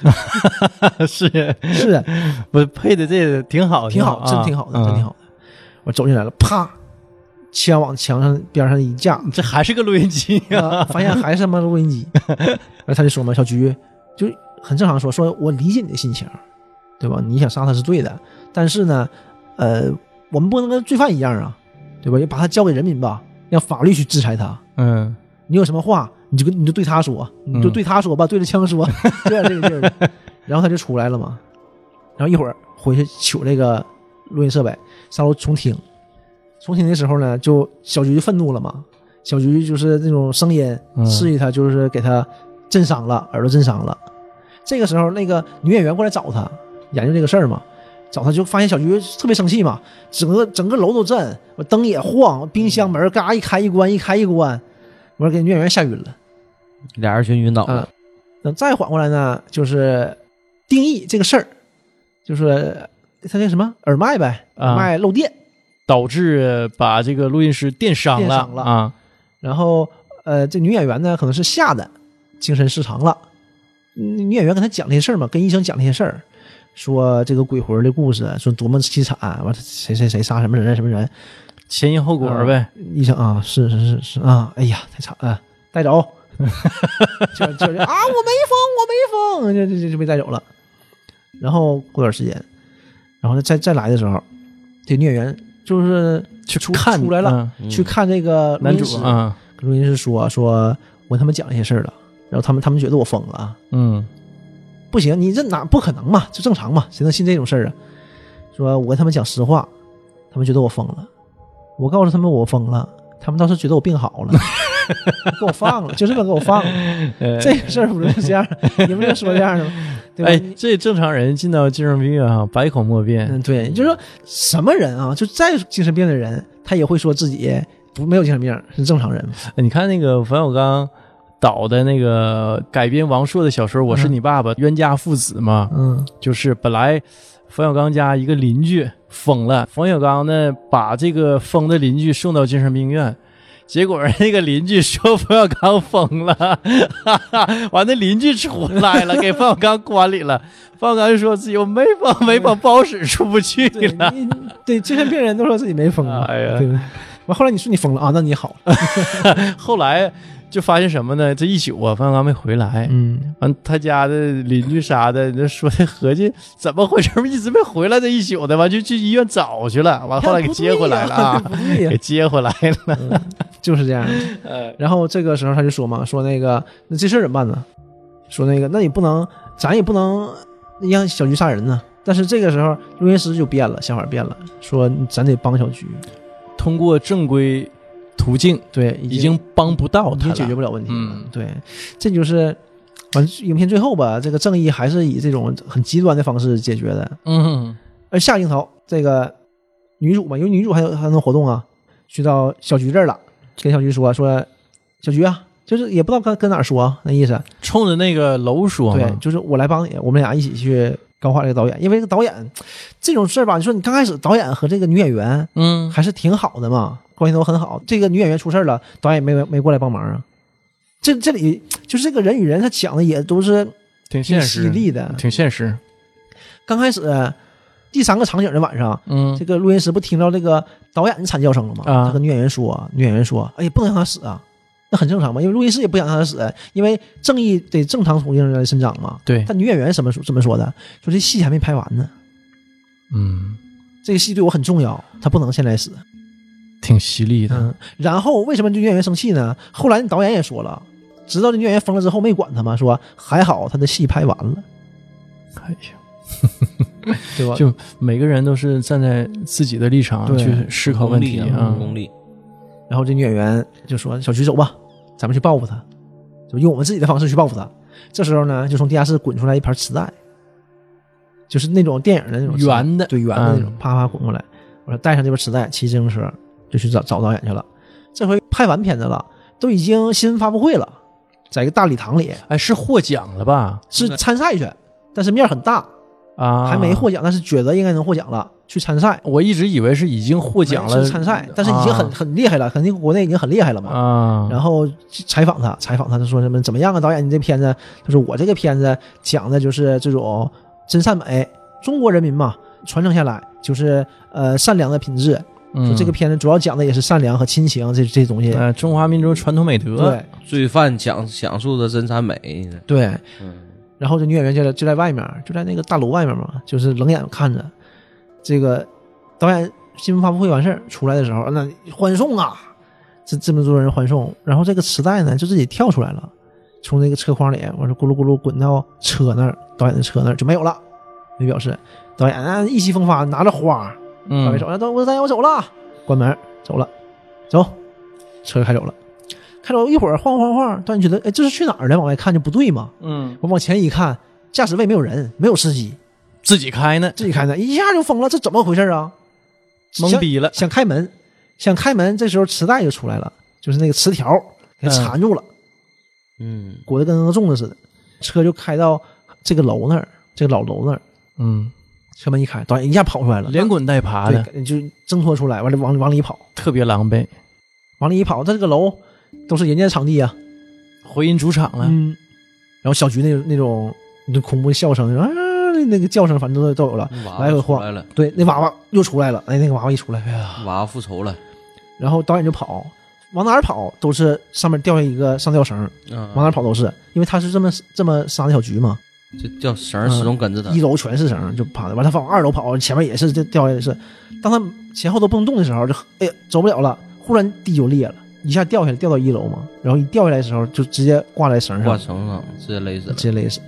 是是我配的啊这个挺好， 挺好，啊真挺好的，真挺好好的。我走进来了，啪，枪往墙上边上一架啊。，这还是个录音机啊啊，发现还是他妈录音机，然后他就说嘛，小菊就很正常说，说我理解你的心情，对吧？你想杀他是对的，但是呢，呃，我们不能跟罪犯一样啊，对吧？也把他交给人民吧，让法律去制裁他。嗯，你有什么话，你就跟你就对他说，你就对他说吧，对着啊枪说，这样这个劲儿。 然后他就出来了嘛，然后一会儿回去取这个录音设备，上楼重听。重听的时候呢，就小菊就愤怒了嘛，小菊就是那种声音嗯示意他，就是给他震伤了，耳朵震伤了。这个时候，那个女演员过来找他，研究这个事儿嘛，找他就发现小菊特别生气嘛，整个整个楼都震，我灯也晃，冰箱门嘎一开一关，一开一关，完了给女演员吓晕了。俩人全晕倒了啊，等再缓过来呢，就是定义这个事儿，就是他那什么耳麦呗，啊耳麦漏电，导致把这个录音师电伤电了伤了啊，然后呃，这女演员呢可能是吓得精神失常了。嗯女演员跟他讲这些事儿嘛，跟医生讲这些事儿，说这个鬼魂的故事，啊说多么凄惨，啊完了谁谁谁杀什么人什么人，前因后果呗，医生啊，是是是是啊，哎呀，太惨了，带走，就就是啊，我没疯，我没疯，就就就就被带走了。然后过段时间，然后呢再再来的时候，这女演员就是去出看出来了，嗯去看这个嗯男录音主室啊，录音师说说我跟他们讲这些事儿了，然后他们他们觉得我疯了啊，嗯不行，你这哪不可能嘛？这正常嘛？谁能信这种事儿啊？说我跟他们讲实话，他们觉得我疯了。我告诉他们我疯了，他们倒是觉得我病好了， 给我放了，就这么给我放了。这个事儿不就是这样？你不就说这样的吗？对吧？哎，这正常人进到精神病院啊，百口莫辩嗯，，对，就是说什么人啊，就再精神病的人，他也会说自己不没有精神病，是正常人嘛。哎你看那个冯小刚导的那个改编王朔的小说《我是你爸爸》，冤家父子嘛，嗯就是本来冯小刚家一个邻居疯了，冯小刚呢把这个疯的邻居送到精神病院。结果那个邻居说冯小刚疯了，哈哈，完那邻居出来了，给冯小刚关里了。冯小刚就说自己我没疯，没疯，不好使，出不去 对了。你对，精神病人都说自己没疯嘛，啊哎呀对不对？完后来你说你疯了啊，那你好了，后来就发现什么呢？这一宿啊，冯小刚没回来。嗯，完，他家的邻居啥的，那说的合计怎么回事儿？一直没回来这一宿的，完就去医院找去了，完后来给接回来了啊，不 对呀给接回来 了。嗯就是这样的。呃，然后这个时候他就说嘛，说那个那这事儿怎么办呢？说那个那你不能，咱也不能让小菊杀人呢。但是这个时候录音师就变了，想法变了，说咱得帮小菊，通过正规途径对，已已经经帮不到已他经解决了。不了问题了。嗯对，这就是完影片最后吧，这个正义还是以这种很极端的方式解决的。嗯，而呃下镜头，这个女主嘛，因为女主还有还能活动啊，去到小菊这儿了，跟小菊说说，小菊啊，就是也不知道跟跟哪儿说啊那意思，冲着那个楼说对嘛，，就是我来帮你，我们俩一起去高化这个导演，因为这个导演这种事儿吧，你说你刚开始导演和这个女演员嗯，还是挺好的嘛，关系都很好。这个女演员出事儿了，导演没没过来帮忙啊。这这里就是这个人与人，他讲的也都是挺挺现犀实，利的。挺现实。刚开始呃第三个场景的晚上，嗯这个录音师不听到这个导演的惨叫声了吗？啊他跟女演员说，女演员说：“哎呀，不能让他死啊！”那很正常嘛，因为录音师也不想让他死，啊因为正义得正常途径来伸张嘛。对，但女演员什么说这么说的？说这戏还没拍完呢，嗯，这个戏对我很重要，他不能现在死。挺犀利的，嗯，然后为什么这女演员生气呢？后来那导演也说了，知道这女演员疯了之后没管他嘛，说还好她的戏拍完了，哎呀，对吧？就每个人都是站在自己的立场对去思考问题啊啊，功利，然后这女演员就说：“小菊走吧，咱们去报复他，就用我们自己的方式去报复他。”这时候呢，就从地下室滚出来一盘磁带，就是那种电影的那种磁带圆的对圆的那种嗯，啪啪滚过来。我说带上这盘磁带，骑自行车就去找找导演去了。这回拍完片子了，都已经新闻发布会了，在一个大礼堂里哎，是获奖了吧？是参赛去，但是面儿很大，啊，还没获奖，但是觉得应该能获奖了，去参赛。我一直以为是已经获奖了，是参赛，但是已经很、很厉害了，肯定国内已经很厉害了嘛。啊，然后采访他，采访他，他说什么怎么样啊？导演，你这片子，他说我这个片子讲的就是这种真善美，中国人民嘛传承下来就是呃善良的品质。嗯说这个片子主要讲的也是善良和亲情这这东西。呃中华民族传统美德，对罪犯讲讲述的真善美，对，嗯，然后这女演员就在就在外面，就在那个大楼外面嘛，就是冷眼看着这个导演新闻发布会完事儿出来的时候，那欢送啊，这这么多人欢送，然后这个磁带呢就自己跳出来了，从那个车筐里完事咕噜咕噜滚到车那儿，导演的车那儿就没有了，就表示导演啊意气风发，拿着花摆摆嗯手，啊，等我导演我走了，关门走了，走，车开走了，开走一会儿晃晃晃，导演觉得哎这是去哪儿呢？往外看就不对嘛。嗯，我往前一看，驾驶位没有人，没有司机，自己开呢，自己 开的，一下就疯了，这怎么回事啊？懵逼了想，，想开门，想开门，这时候磁带就出来了，就是那个磁条给缠住了，嗯，裹得跟个粽子似的，车就开到这个楼那儿，这个老楼那儿，嗯，车门一开，导演一下跑出来了，连滚带爬对的，，就挣脱出来，完了往往里跑，特别狼狈，往里一跑，他这个楼都是人家的场地啊，回音主场了，嗯，然后小菊那那种那恐怖的笑声啊，那个叫声反正都都有了，娃来回娃出晃来嗯了，对，那娃娃又出来了，哎，那个娃娃一出来，哎呀，娃娃复仇了，然后导演就跑，往哪儿跑都是上面掉下一个上吊绳，嗯，往哪儿跑都是，因为他是这么这么杀的小菊嘛，这叫绳儿始终跟着他嗯一，楼全是绳就趴着，完了他往二楼跑，前面也是这掉下来是，当他前后都不能动的时候，就哎呀走不了了，忽然地就裂了，一下掉下来掉到一楼嘛，然后一掉下来的时候就直接挂在绳挂上，绳啊上直接勒死了直，接勒死。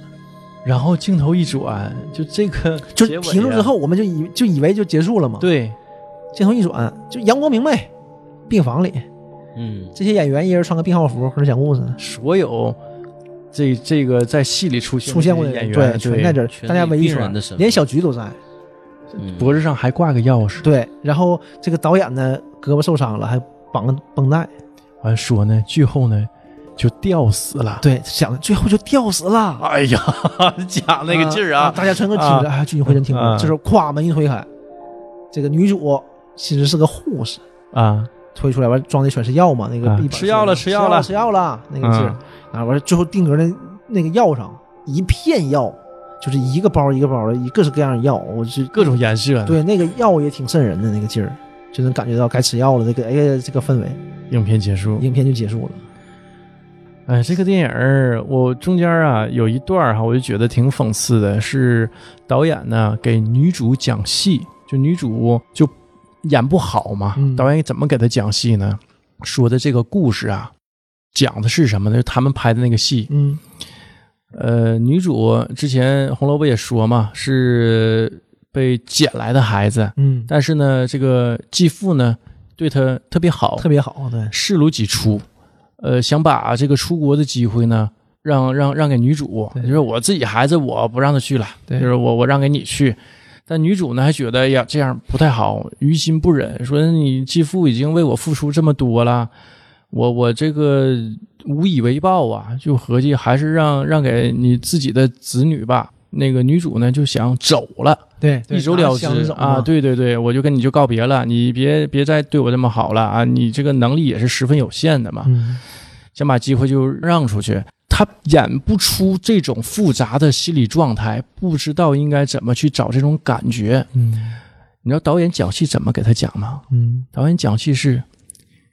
然后镜头一转，就这个就结尾啊停住之，后，我们就以就以为就结束了嘛，对，镜头一转，就阳光明媚，病房里嗯，这些演员一人穿个病号服，搁那讲故事呢。所有这这个在戏里出现出现过的的演人，员，全在这儿，全大家以唯一病说人的身份连小菊都在，嗯脖子上还挂个钥匙，对。然后这个导演呢，胳膊受伤了，还绑个绷带，完说呢，剧后呢就吊死了，对，想最后就吊死了。哎呀， 讲那个劲儿啊，大家全都听着，哎，聚精会神听着。啊这时候咵门一推开，这个女主其实是个护士，啊，推出来完装的全是药嘛，那个啊一本吃药了吃吃药了吃药了，那个劲儿嗯啊，完了最后定格的那个药上一片药，就是一个包一个包的，一各式各样的药，我就各种颜色，，对，那个药也挺瘆人的那个劲儿，就能感觉到该吃药了。这个哎呀，这个氛围，影片结束，影片就结束了。哎，这个电影儿，我中间啊有一段儿哈、我就觉得挺讽刺的，是导演呢给女主讲戏，就女主就演不好嘛，嗯导演怎么给她讲戏呢？说的这个故事啊，讲的是什么呢？就是他们拍的那个戏，嗯呃，女主之前红萝卜也说嘛，是被捡来的孩子，嗯，但是呢，这个继父呢对她特别好，特别好，对，视如己出，呃，想把这个出国的机会呢，让让让给女主，对就是我自己孩子我不让他去了，就对是我我让给你去。但女主呢还觉得哎呀这样不太好，于心不忍，说你继父已经为我付出这么多了，我我这个无以为报啊，就合计还是让让给你自己的子女吧。那个女主呢就想走了，对，一走了之啊！，对对对，我就跟你就告别了，你别别再对我这么好了啊！你这个能力也是十分有限的嘛，嗯，想把机会就让出去。他演不出这种复杂的心理状态，不知道应该怎么去找这种感觉。嗯你知道导演讲戏怎么给他讲吗？嗯，导演讲戏是，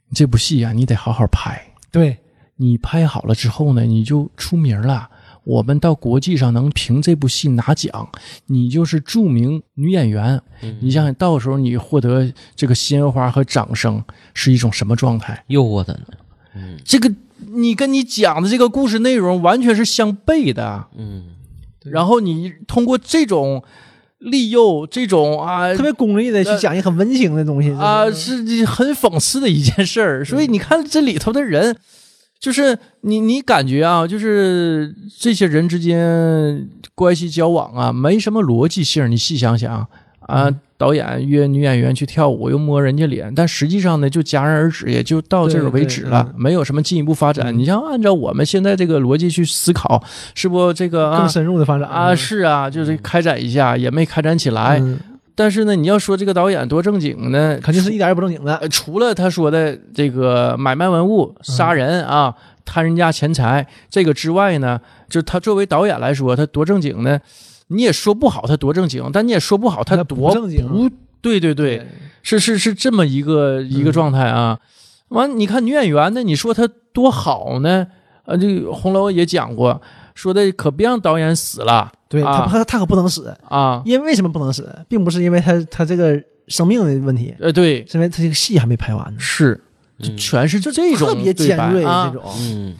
你这部戏啊，你得好好拍，对，你拍好了之后呢，你就出名了。我们到国际上能凭这部戏拿奖，你就是著名女演员。嗯你想想，到时候你获得这个鲜花和掌声是一种什么状态？诱惑他呢？嗯这个你跟你讲的这个故事内容完全是相悖的。嗯，对然后你通过这种利诱，这种啊特别功利的去讲一个很温情的东西啊，就是是很讽刺的一件事嗯儿。所以你看这里头的人，就是你你感觉啊，就是这些人之间关系交往啊，没什么逻辑性儿。你细想想啊嗯，导演约女演员去跳舞，又摸人家脸，但实际上呢，就戛然而止，也就到这儿为止了对，没有什么进一步发展。嗯你像按照我们现在这个逻辑去思考，是不这个更啊？深入的发展啊，是哎啊，就是开展一下，也没开展起来。嗯但是呢，你要说这个导演多正经呢，肯定是一点也不正经的呃，，除了他说的这个买卖文嗯物、杀人啊、贪人家钱财这个之外呢，就他作为导演来说，他多正经呢，你也说不好他多正经，但你也说不好他他不多正经啊不对对对，，是是是这么一个一嗯个状态啊。完，你看女演员呢，你说她多好呢？呃，这个红楼也讲过，说的可别让导演死了对啊他他他可不能死，啊。因为什么不能死，并不是因为他他这个生命的问题，呃，对，是因为他这个戏还没拍完呢，是，就全是就这种嗯特别对尖白锐啊这种，嗯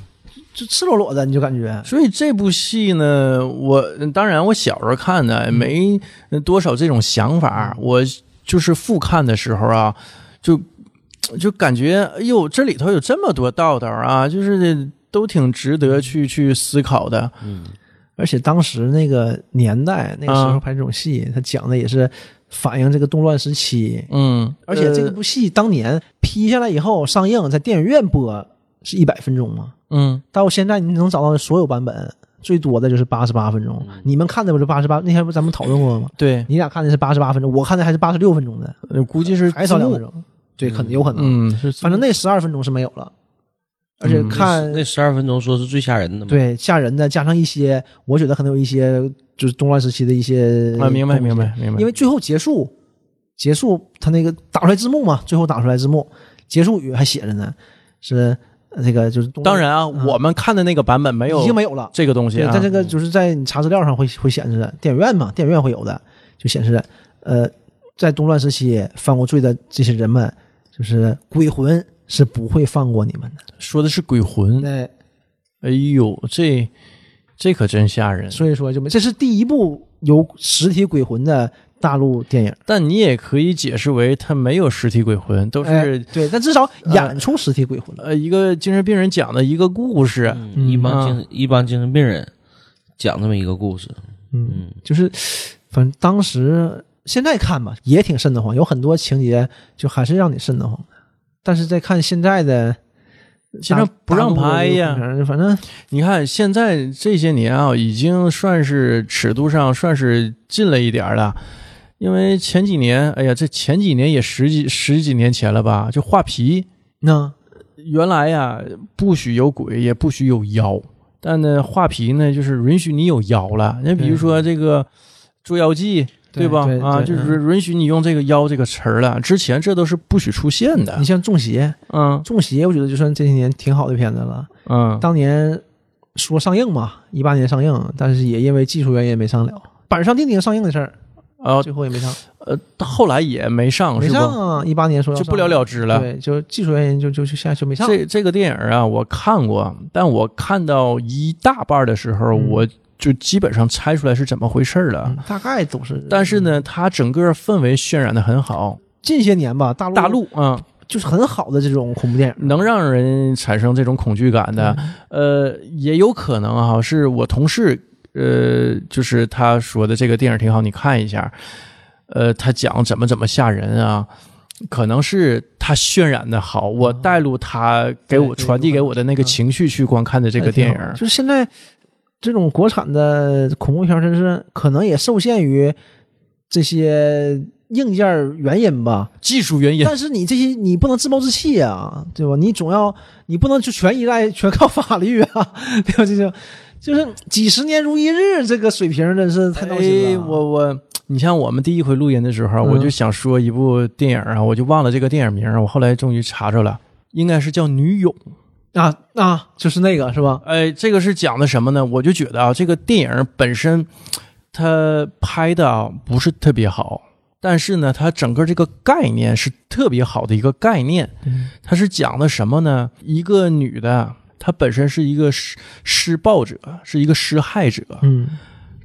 就赤裸裸的你就感觉，所以这部戏呢，我当然我小时候看嗯的没多少这种想法，我就是复看的时候啊，就就感觉哎呦，这里头有这么多道道啊，就是都挺值嗯得去去思考的。嗯而且当时那个年代那个啊时候拍这种戏，他讲的也是反映这个动乱时期，嗯，而且这呃部戏当年批下来以后上映，在电影院播是一百分钟嘛，嗯到现在你能找到的所有版本，最多的就是八十八分钟。嗯你们看的不是八十八？那天不咱们讨论过吗？对，你俩看的是八十八分钟，我看的还是八十六分钟的，呃估计是还少字两幕分钟。对，可能有可能，嗯，是字反正幕那十二分钟是没有了，而且嗯看、那十二分钟说是最吓人的嘛？，对吓人的，加上一些我觉得可能有一些就是动乱时期的一些啊，明白东西明白明白，因为最后结束，结束他那个打出来字幕嘛，最后打出来字幕，结束语还写着呢，是呃这个就是东当然啊，嗯我们看的那个版本没已有经没有了，这个东西对，啊但，这个就是在你查资料上会会显示的，电影院嘛，电影院会有的，就显示的，呃，在动乱时期犯过罪的这些人们，就是鬼魂是不会放过你们的，说的是鬼魂，那哎呦，这这可真吓人。所以说就没，这是第一部有实体鬼魂的大陆电影。但你也可以解释为他没有实体鬼魂，都哎是、对，但至少演出实体鬼魂了。呃一个精神病人讲的一个故事。嗯一帮精一帮精神病人讲这么一个故事，嗯，嗯就是反正当时现在看吧，也挺瘆得慌，有很多情节就还是让你瘆得慌的。但是再看现在的，现在不让拍呀大陆的反正你看现在这些年啊，已经算是尺度上算是近了一点儿了。因为前几年，哎呀，这前几年也十几十几年前了吧？就画皮，那原来呀不许有鬼，也不许有妖，但呢画皮呢就是允许你有妖了。那比如嗯说这个《捉妖记》，对吧？啊，就是嗯允许你用这个“妖”这个词儿了。之前这都是不许出现的你。像《中邪》，嗯《中邪》我觉得就算这些年挺好的片子了。嗯，当年说上映嘛，一八年上映，但是也因为技术原因没上了。板上钉钉上映的事儿，呃最后也没上，呃，后来也没上，没哦是上不？啊！一八年说要就不了上了之了。对，就技术原因就就就下就没上。这这个电影啊，我看过，但我看到一大半的时候，嗯我就基本上猜出来是怎么回事了嗯。大概都是，但是呢，它整个氛围渲染的很好，近些年吧，大陆大陆啊、就是很好的这种恐怖电影，能让人产生这种恐惧感嗯的。呃，也有可能哈、是我同事，呃，就是他说的这个电影挺好，你看一下。呃，他讲怎么怎么吓人啊，可能是他渲染的好，我带入他给我嗯对对哎传递给我的那个情绪去观看的这个电还挺好影。就是现在这种国产的恐怖片，真是可能也受限于这些硬件原因吧。技术原因，但是你这些你不能自暴自弃啊，对吧？你总要你不能就全依赖全靠法律啊， 对吧？这就就是几十年如一日，这个水平真是太闹心哎，了。我我，你像我们第一回录音的时候，啊嗯我就想说一部电影啊，我就忘了这个电影名儿，我后来终于查着了，应该是叫《女友》。啊啊，就是那个是吧？呃，这个是讲的什么呢？我就觉得啊，这个电影本身它拍的啊不是特别好，但是呢，它整个这个概念是特别好的一个概念。嗯它是讲的什么呢？一个女的，她本身是一个施施暴者，是一个施害者。嗯，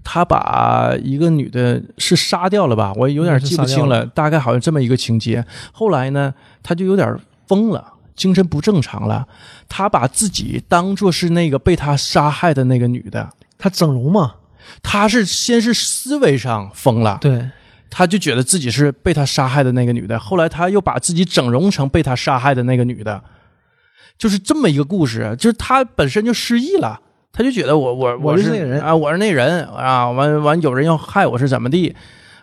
她把一个女的是杀掉了吧？我有点记不清了，大概好像这么一个情节。后来呢，她就有点疯了，精神不正常了。她把自己当做是那个被她杀害的那个女的，他整容嘛，她是先是思维上疯了，对，她就觉得自己是被她杀害的那个女的。后来她又把自己整容成被她杀害的那个女的，就是这么一个故事。就是她本身就失忆了，她就觉得我我我是是那个人啊，我是那人啊，完完有人要害我是怎么地？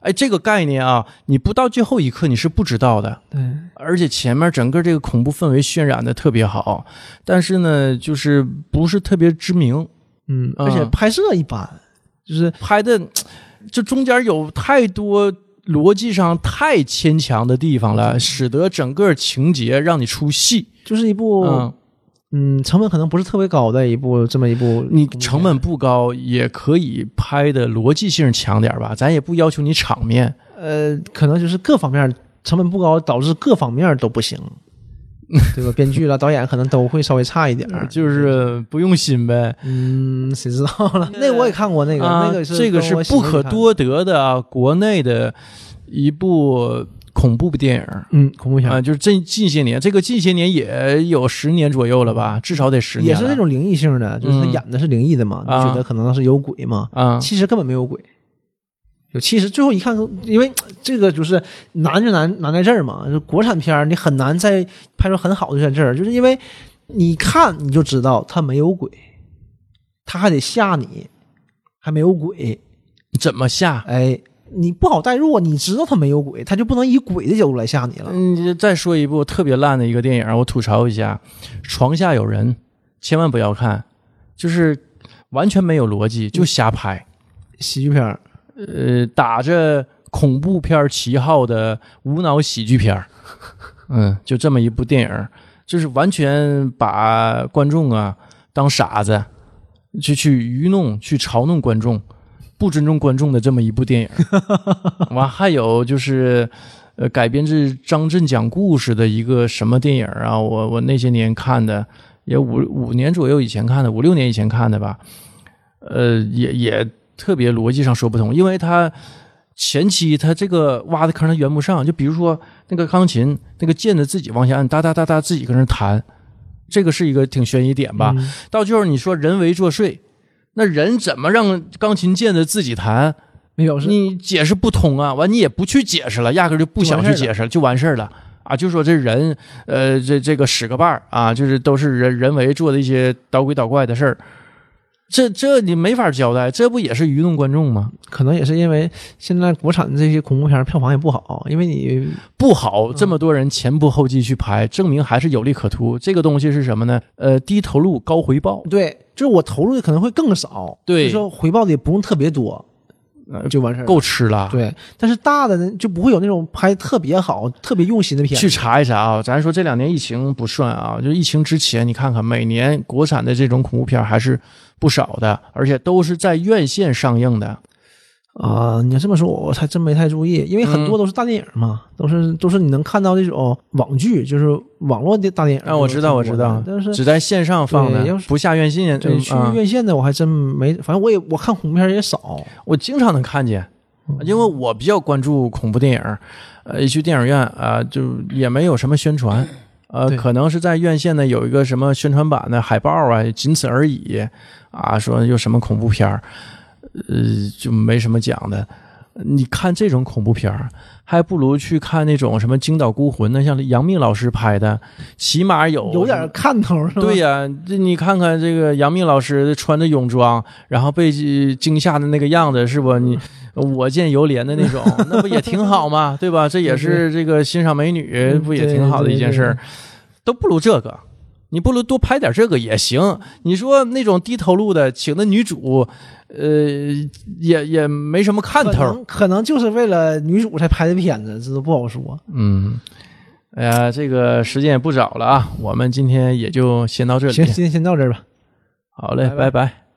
哎，这个概念啊，你不到最后一刻你是不知道的。对，而且前面整个这个恐怖氛围渲染的特别好，但是呢，就是不是特别知名，嗯，啊而且拍摄一般，就是拍的这中间有太多逻辑上太牵强的地方了，使得整个情节让你出戏。就是一部嗯，嗯成本可能不是特别高的一部这么一部，你成本不高，也可以拍的逻辑性强点吧，咱也不要求你场面。呃，可能就是各方面成本不高，导致各方面都不 行，对吧？编剧了、导演可能都会稍微差一点儿，就是不用心呗，嗯，谁知道了？那我也看过那个，啊那个是这个跟是我媳妇不可看的，多得的啊，国内的一部恐怖电影。嗯，恐怖片啊、儿就是这近些年，这个近些年也有十年左右了吧，至少得十年也了。嗯是那种灵异性的，就是他演的是灵异的嘛，啊你觉得可能是有鬼嘛？啊，其实根本没有鬼。有其实最后一看，因为这个就是难就难难在这儿嘛，就国产片儿你很难再拍出很好的就在这儿，就是因为你看你就知道它没有鬼，它还得吓你，还没有鬼，怎么下？哎，你不好代入啊，你知道它没有鬼，它就不能以鬼的角度来吓你了。嗯，再说一部特别烂的一个电影，我吐槽一下，《床下有人》，千万不要看，就是完全没有逻辑，就瞎拍。喜剧片儿呃，打着恐怖片儿旗号的无脑喜剧片儿，嗯，就这么一部电影儿，就是完全把观众啊当傻子，去去愚弄、去嘲弄观众，不尊重观众的这么一部电影儿。完，还有就是。呃，改编自张震讲故事的一个什么电影儿啊？我我那些年看的，也五五年左右以前看的，五六年以前看的吧。呃，也也特别逻辑上说不通，因为他前期他这个挖的坑他圆不上，就比如说那个钢琴那个键子自己往下按，哒哒哒哒自己搁那弹，这个是一个挺悬疑点吧。嗯到最后你说人为作祟，那人怎么让钢琴键子自己弹？没表示，你解释不通啊，完你也不去解释了，压根儿就不想去解释了，就完事儿了啊。就说这人，呃，这这个使个绊儿啊，就是都是人人为做的一些捣鬼捣怪的事儿，这这你没法交代，这不也是愚弄观众吗？可能也是因为现在国产这些恐怖片儿票房也不好，因为你不好，这么多人前仆后继去拍，证明还是有利可图。这个东西是什么呢？呃，低投入高回报，哦对，就是我投入的可能会更少，对就是说回报的也不用特别多，就呃完事儿了。啊够吃了。对，但是大的呢就不会有那种拍特别好、特别用心的片。去查一查啊！咱说这两年疫情不算啊，就疫情之前，你看看每年国产的这种恐怖片还是不少的，而且都是在院线上映的。啊、你要这么说，我才真没太注意，因为嗯很多都是大电影嘛，都是都是你能看到那种网剧，就是网络的大电影。啊，我知道，我知道，但是只在线上放对的要，是不下院线。对嗯去啊院线的我还真没，反正我也我看恐怖片也少。我经常能看见，嗯因为我比较关注恐怖电影，呃，一去电影院啊、就也没有什么宣传，呃，对可能是在院线呢有一个什么宣传版的海报啊，仅此而已，啊，说有什么恐怖片儿，呃，就没什么讲的。你看这种恐怖片儿，还不如去看那种什么《惊岛孤魂》呢，像杨幂老师拍的，起码有有点看头是吧？哦对呀、这你看看这个杨幂老师穿着泳装，然后被呃惊吓的那个样子，是不？你嗯我见犹怜的那种，那不也挺好吗？ 对吧？这也是这个欣赏美女，嗯不也挺好的一件事对对儿？都不如这个，你不如多拍点这个也行。你说那种低投入的，请的女主，呃，也也没什么看可头。能可能就是为了女主才拍的片子，这都不好说。嗯，哎呀，这个时间也不早了啊，我们今天也就先到这里行，。今天先到这儿吧。好嘞，拜拜拜拜